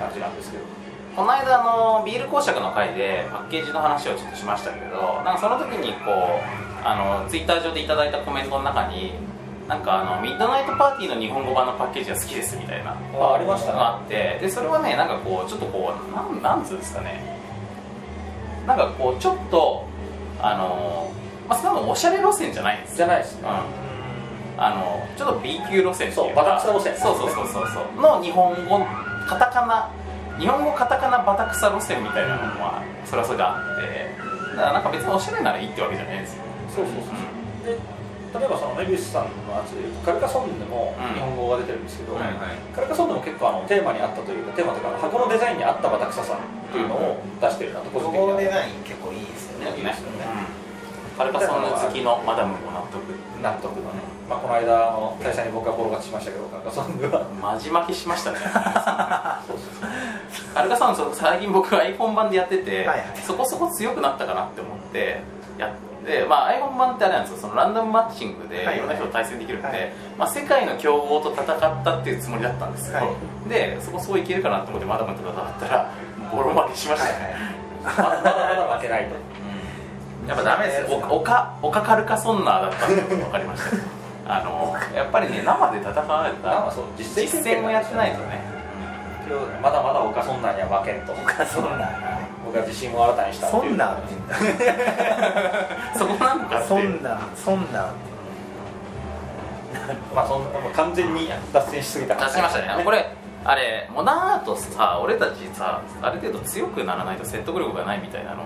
S3: 感じなんですけど
S2: この間あのビール公爵の回でパッケージの話をちょっとしましたけどなんかその時にこうあのツイッター上でいただいたコメントの中になんかあのミッドナイトパーティーの日本語版のパッケージが好きですみたいな
S3: あありましたね
S2: があってでそれはねなんかこうちょっとこうなんなんつうんですかねなんかこうちょっとあのまあそれもおしゃれ路線じゃないんですよ
S3: じゃないですね
S2: うんあのちょっと B 級路線ってい
S3: そうバタクサ路線
S2: そうそうそうそうそうの日本語カタカナ日本語カタカナバタクサ路線みたいなのはそれはそれであってだからなんか別におしゃれならいいってわけじゃないですよ
S3: そうそうそうで例えばそのメビウスさんのやつで言うとカルカソンヌでも
S2: うん
S3: 日本語が出てるんですけど、
S2: はいはい
S3: カルカソンヌも結構あのテーマに合ったというかテーマというか箱のデザインに合ったバタクサさっていうのを出してるなと個
S4: こ
S3: 人的には
S4: こデザイン結構いいですよね
S3: いいですよね
S2: カルカソンヌ好きのマダムも納得
S3: 納得のね、まあ、この間あの会社に僕はボロ勝ちしましたけどカルカソン ヌは
S2: まじまきしましたね
S3: そうそうそう
S2: カルカソンヌそう最近僕 iPhone 版でやってて、
S4: はいはい
S2: そこそこ強くなったかなって思ってやって、まあ、iPhone 版ってあれなんですよそのランダムマッチングで
S4: はいはい
S2: いろんな人と対戦できるんで、
S4: はい
S2: まあ、世界の強豪と戦ったっていうつもりだったんですよ、
S4: は
S2: でそこそういけるかなと思ってマダムと戦ったらボロ負けしましたね、
S3: まだまだまだ負けないと
S2: やっぱダメですよおおかおかかるかそんなだったって分かりました あのやっぱりね生で戦われた
S3: まあそう実
S2: 実
S3: 践
S2: 戦をやってないとね
S3: まだまだ岡そんなには負けんと
S4: そんなんだね
S3: 僕は自信を新たにしたって
S4: そ
S3: いうん
S4: なんって言うんだ
S2: そこなんかって
S4: そんなんそんなんって
S3: まあそんもう完全に脱線しすぎた
S2: 出しましたねこれあれモダンアートさ俺たちさある程度強くならないと説得力がないみたいなの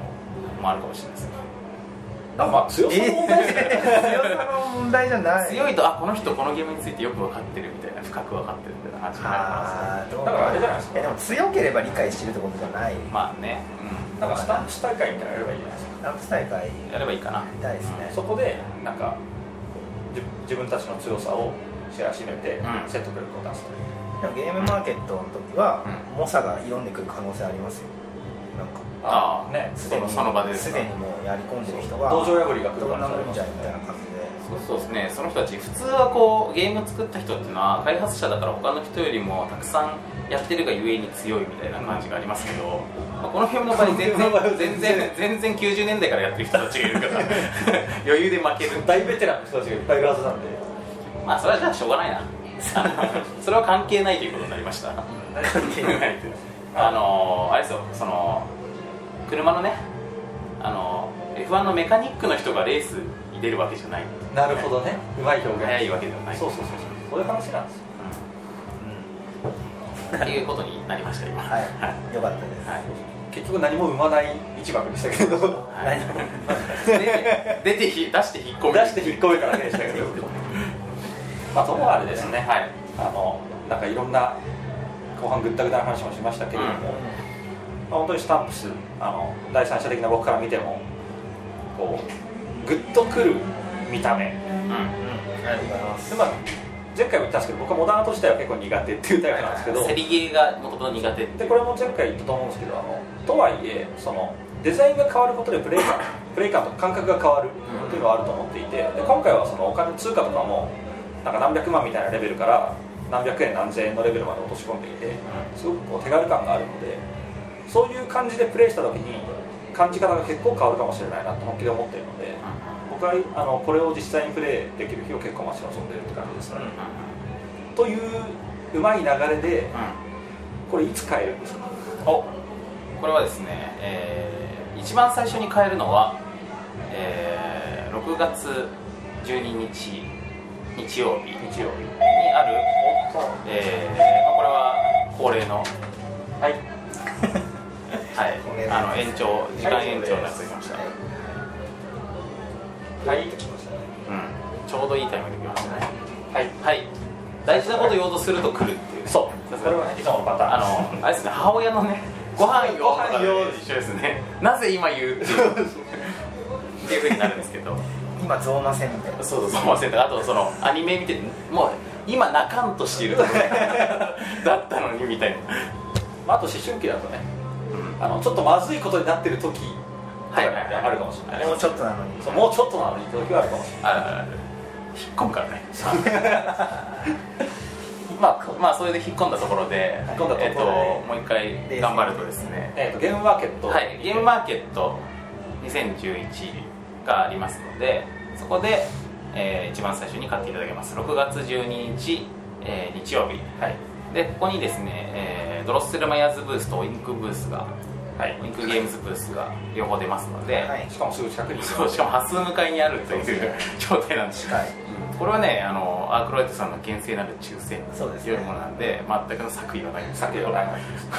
S2: もあるかもしれないですね
S3: あまあ強さの問題ですね
S4: 強さの問題じゃない
S2: 強いとあこの人このゲームについてよく分かってるみたいな深く分かってるみたいな感じになるからさ
S4: あーどう
S3: だからあれじゃないですか
S4: えでも強ければ理解してるってことじゃない
S2: まあね、
S3: なんかスタンプス大会みたいなのやればいいじゃないですか
S4: ダンプ大会
S2: うん、やればいいかな
S4: 見たいですね、
S3: そこでなんかじ自分たちの強さを知らしめて
S2: うん
S3: 説得力を出すという、
S4: でもゲームマーケットの時は、
S2: う
S4: 猛者が挑んでくる可能性ありますよなんか
S2: ああ
S3: ね
S4: す
S2: そ
S4: で
S2: の
S4: に
S2: その場ですす
S4: で
S2: か
S4: にもうやり込んでる人が
S3: 道場破りが来る
S4: ど
S3: か
S4: んな
S3: ら
S4: もんじゃみたいな感じで
S2: そうそうですねその人たち普通はこうゲーム作った人っていうのは開発者だから他の人よりもたくさんやってるがゆえに強いみたいな感じがありますけど、まあこのゲームの場合全然全然全然90年代からやってる人たちがいるから 余裕で負ける
S3: 大ベテランの人たちがいっぱいいるはずなんで
S2: まあそれはじゃあしょうがない なそれは関係ないということになりました関係ないというあのーあれですよその車のねあのー F1 のメカニックの人がレースに出るわけじゃない
S3: なるほどねうまい表現
S2: 早いわけではない
S3: そうそうそうそうそういう話なんですよ
S2: うんっていうことになりました今
S4: はい
S2: はい
S4: よかったです、
S2: はい
S3: 結局何も生まない一幕でしたけど
S2: はい
S4: 何も
S2: 出て出てひ出して引っ込
S3: 出
S2: める
S3: して引っ込めただけでしたけ ど
S5: まあそこはあれですね
S2: はい
S3: あのなんかいろんな後半ぐったぐたな話もしましたけれども、
S2: うん
S3: まあ、本当にスタンプスあの第三者的な僕から見てもこうグッとくる見た目
S2: う
S4: ありがとうございます
S3: で、まあ、前回も言ったんですけど僕はモダンアート自体は結構苦手っていうタイプなんですけど、
S2: ん競りゲーがもともと苦手って
S3: でこれも前回言ったと思うんですけどあのとはいえそのデザインが変わることでプレイ感プレイ感と感覚が変わるっていうのはあると思っていてで今回はそのお金通貨とかもなんか何百万みたいなレベルから何百円何千円のレベルまで落とし込んでいてすごくこう手軽感があるのでそういう感じでプレイした時に感じ方が結構変わるかもしれないなと本気で思っているので僕はあのこれを実際にプレイできる日を結構待ち望んでるって感じですね。といううまい流れでこれいつ変えるんですか
S2: おこれはですね、えー一番最初に変えるのは、えー6月12日日曜日に
S3: 日曜日
S2: ある、えーまあ、これは恒例の
S3: はい
S2: はい
S4: これ、
S2: あの延長時間延長のやつが来ました、
S4: はい
S3: は
S2: う
S3: い
S2: ん、ちょうどいいタイミングで来ましたね
S3: はい
S2: はい大事なこと言おうとすると来るっていう
S3: そうそれはねいつものパターン
S2: あのあれですね母親のねご飯よ
S3: ご飯よ
S2: と一緒ですねなぜ今言うっていうっていうふうになるんですけど
S4: 今ゾーマ戦みたいな
S2: そうそうそう忘れたあとそのアニメ見てもう今泣かんとしているところ だったのにみたいな
S3: まあ、あと思春期だとねあのちょっとまずいことになってる時
S2: はいはいはい
S3: あるかもしれない
S4: もうちょっとなのに
S3: そうもうちょっとなのにって時はあるかもしれない
S2: あるあるある引っ込むからね
S3: まあ
S2: まあそれで引っ込んだところで
S3: 引っ込んだところで
S2: えっともう一回頑張るとですね
S3: えー、とゲームマーケット、
S2: はい、ゲームマーケット2011がありますのでそこで、えー一番最初に買っていただけます6月12日、えー日曜日
S3: はい
S2: でここにですね、えードロッセルマイヤーズブースとオインクブースが
S3: はい
S2: オインクゲームズブースが両方出ますので、
S4: はい
S3: しかもすぐ近くに
S2: そうしかも端数向かいにあるという 状態なんです
S4: 近い
S2: これはねあのアークロイトさんの厳正なる抽選
S4: そうです
S2: と
S4: ね
S2: いうものなんで全くの作為はないんですけど
S3: 作業がない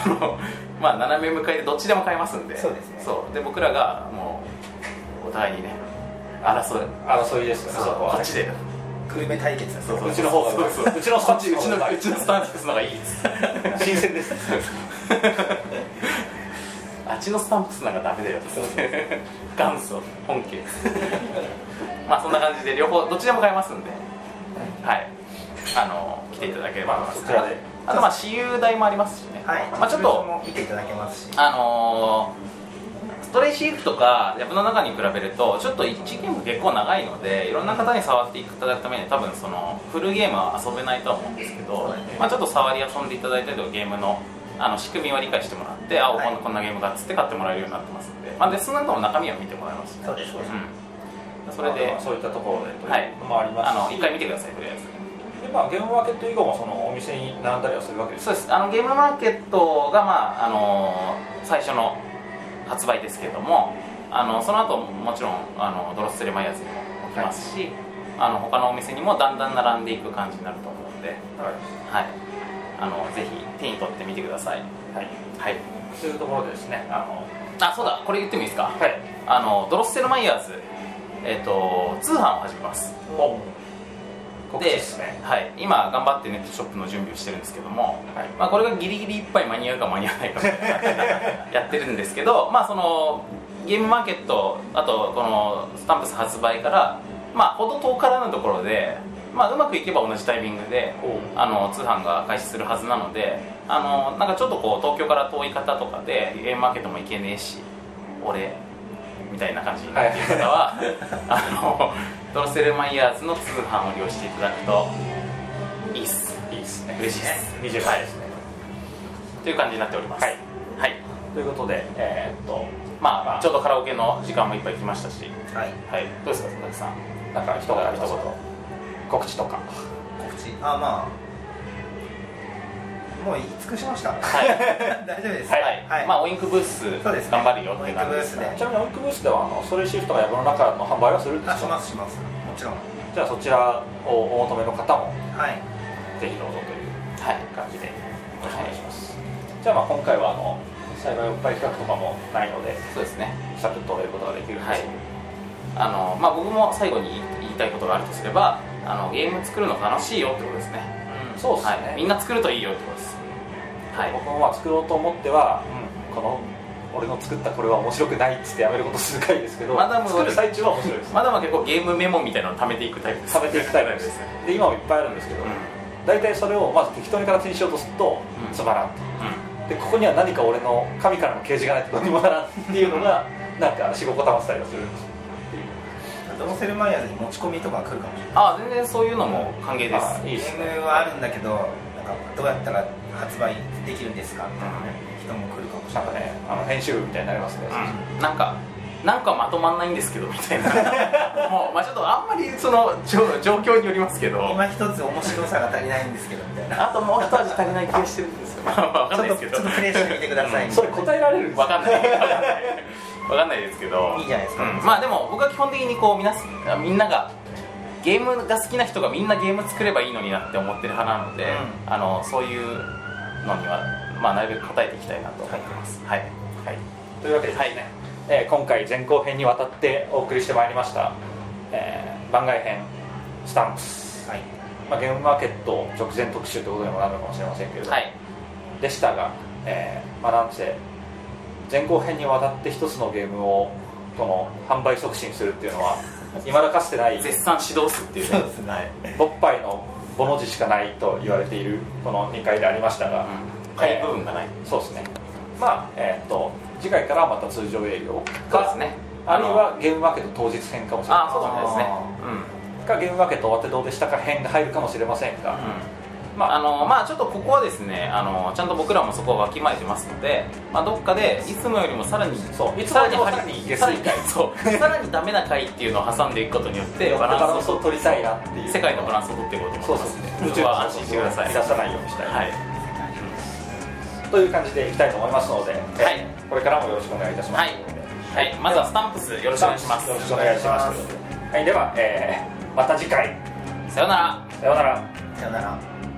S2: この まあ斜め向かいでどっちでも買えますんで
S4: そうですね
S2: そうで僕らがもうお互いにね争う
S3: 争いですよね
S2: そ
S3: そうこ
S2: こ
S3: は
S2: っちで
S4: グルメ対決ですね
S3: うちの方が
S2: そうそう
S3: うちの
S2: こっちう
S3: こっ
S2: ち
S3: ち
S2: の
S3: の
S2: うちのスタンプスの方がいいっつって
S3: 新鮮です
S2: あっちのスタンプスなんかダメだよっつって元祖本家まあそんな感じで両方どっちでも買えますんではいあの来ていただければと思います
S3: まあそちらで
S2: あとまあ私有代もありますしね、
S4: はい
S2: まあ、ちょっと
S4: も見ていただけますし
S2: あのーストレイシーフとかヤブの中に比べるとちょっと1ゲーム結構長いのでいろんな方に触っていただくために多分そのフルゲームは遊べないとは思うんですけど、まあ、ちょっと触り遊んでいただいたりとかゲームのあの仕組みは理解してもらってあお
S4: はい
S2: こんなこんなゲームだっつって買ってもらえるようになってますんで,、まあ、でその後も中身は見てもらいますしね
S4: そうですそうです
S2: うん、それで
S3: まあそういったところでと
S2: はい
S3: いうのもありますし、
S2: あの一回見てくださいとりあえず。
S3: でまあ、ゲームマーケット以後もそのお店に並んだりはするわけです
S2: そうですあのゲームマーケットが、まああの最初の発売ですけどもあのその後もちろんあのドロッセルマイヤーズにも置きますし、あの他のお店にもだんだん並んでいく感じになると思うんで、
S3: はい
S2: はい、あのぜひ手に取ってみてください、
S3: はい、
S2: はい、
S3: というところでですねあの
S2: あそうだこれ言ってもいいですか、
S3: はい
S2: あのドロッセルマイヤーズ、えっと通販を始めます
S3: お告知ですね
S2: はい、今頑張ってネットショップの準備をしてるんですけども、
S3: はい
S2: まあ、これがギリギリいっぱい間に合うか間に合わないかみたいな感じでやってるんですけど、まあ、そのゲームマーケットあとこのスタンプス発売から、まあ、ほど遠からぬところで、まあ、うまくいけば同じタイミングで
S3: おう
S2: あの通販が開始するはずなのであのなんかちょっとこう東京から遠い方とかでゲームマーケットも行けねえし俺みたいな感じになっている方は、あのドロッセルマイヤーズの通販を利用していただくといいっす
S3: いいですね
S2: 嬉しいです
S3: 20歳ですね、
S2: という感じになっております
S3: はい、
S2: はい
S3: ということでえーっと
S2: まあちょうどカラオケの時間もいっぱい来ましたし
S4: はい
S2: はいどうですか佐々木さん
S3: なんか一言あり
S2: 一
S3: ます
S2: 言
S3: 告知とか
S4: 告知あまあもう言い尽くしました
S2: はい、
S4: 大丈夫です
S2: はいまあオインクブース
S4: そうですね
S2: 頑張るよっ
S4: オ
S2: て
S4: イン
S2: 感じ
S4: クブ
S2: で
S4: ー
S2: す
S4: ス
S2: ね
S4: で
S3: ちなみにオイクブースではあのストレイシフトが藪の中の販売はするんです
S4: あ
S3: か
S4: しますしますもちろんは
S3: じゃあそちらをお求めの方も
S4: い
S3: ぜひどうぞという
S2: はい
S3: 感じでろしくお願いします、じゃあまあ今回はあの栽培おっぱい企画とかもないので
S2: そうですね
S3: サクッと終えることができるんですけど、
S2: あのまあ僕も最後に言いたいことがあるとすればあのゲーム作るの楽しいよってことですね
S3: そうですね、
S2: はい、みんな作るといいよってことですはい
S3: 僕もまあ作ろうと思っては、この俺の作ったこれは面白くないっつってやめること数回ですけど
S2: まだもう
S3: 作る最中は面白い です
S2: まだまだ結構ゲームメモみたいなのを貯めていくタイプです
S3: 食べていくタイプですで今もいっぱいあるんですけど、
S2: うんうん
S3: 大体それをまず適当に形にしようとすると
S2: うん
S3: つまらんとでここには何か俺の神からの啓示がないとどうにもならんっていうのがなんか45個溜まってたりはするんです
S4: どうせるマニアズに持ち込みとか来るかもしれない
S2: ああ全然そういうのも歓迎です
S3: あいい
S4: ゲ
S3: ですね
S4: ームはあるんだけどなんかどうやったら発売できるんですかみたいなね人も来るかもしれ
S3: なん
S4: な
S3: か
S4: い
S3: ねあの編集部みたいになりますね、
S2: うんなんかなんかまとまんないんですけどみたいな もうまあちょっとあんまりその状状況によりますけど
S4: 今一つ面白さが足りないんですけどみたい な
S2: あともう一味足りない気がしてるんですよまあ まあわかん
S4: ちょ
S2: な
S4: っ
S2: い
S4: と
S2: です
S4: ち
S2: け
S4: ょっ
S2: ど
S4: とプレイしてみてく ださいみた
S3: そ
S4: い
S3: れ
S4: な
S3: 答えられるんです
S2: わかんないわかんないですけど
S4: いいじゃないですか
S2: うんまあでも僕は基本的にこうみなすみんながゲームが好きな人がみんなゲーム作ればいいのになって思ってる派なので、
S4: う
S2: あのそういうのには、まあ、なるべく答えていきたいなと思ってますはいはい
S3: というわけで、
S2: はい
S3: えー今回前後編にわたってお送りしてまいりました、えー番外編スタンプス、
S4: はい
S3: まあ、ゲームマーケット直前特集ということにもなるのかもしれませんけれど、も
S2: はい
S3: でしたが、えーまあ、なんせ前後編にわたって一つのゲームをこの販売促進するっていう のは未だかつてない
S2: 絶賛指導数って いうね
S4: そうですね
S2: はい
S3: 勃発のボの字しかないと言われているこの2回でありましたが、
S2: 買い部分がない
S3: そうですねまあえーっと次回からまた通常営業
S2: そうですね
S3: あるいはゲームマーケット当日編かもしれ
S2: あ
S3: ま
S2: あそうかもしれないですね
S3: せんかゲームマーケット終わってどうでしたか編が入るかもしれませんが、
S2: うん、うん
S3: まあ
S2: あのまあ、ちょっとここはですねあのちゃんと僕らもそこはわきまえてますので、まあ、どっかでいつもよりもさらに
S3: そういつ
S2: さ
S3: もよ
S2: ら
S3: り
S2: に
S3: もさらに下
S2: さらに
S3: 水回
S2: そうさらにダメな回っていうのを挟んでいくことによ ってバ
S3: バラ
S2: ラン
S3: ン
S2: ス
S3: ス
S2: を
S3: を取りたいなっていう
S2: 世界のバランスを取っていこうと思
S3: そう
S2: い
S3: そ
S2: ま
S3: う
S2: すの
S3: そう
S2: でそこは安心してください
S3: 出さないようにしたい、
S2: はい、
S3: という感じでいきたいと思いますので、
S2: はい
S3: これからもよろしくお願いいたします、
S2: はいはい、まずはスタンプスよろしくお願いします
S3: よろしくお願いしますはいでは、えーまた次回
S2: さようなら
S3: さようなら
S4: さよなら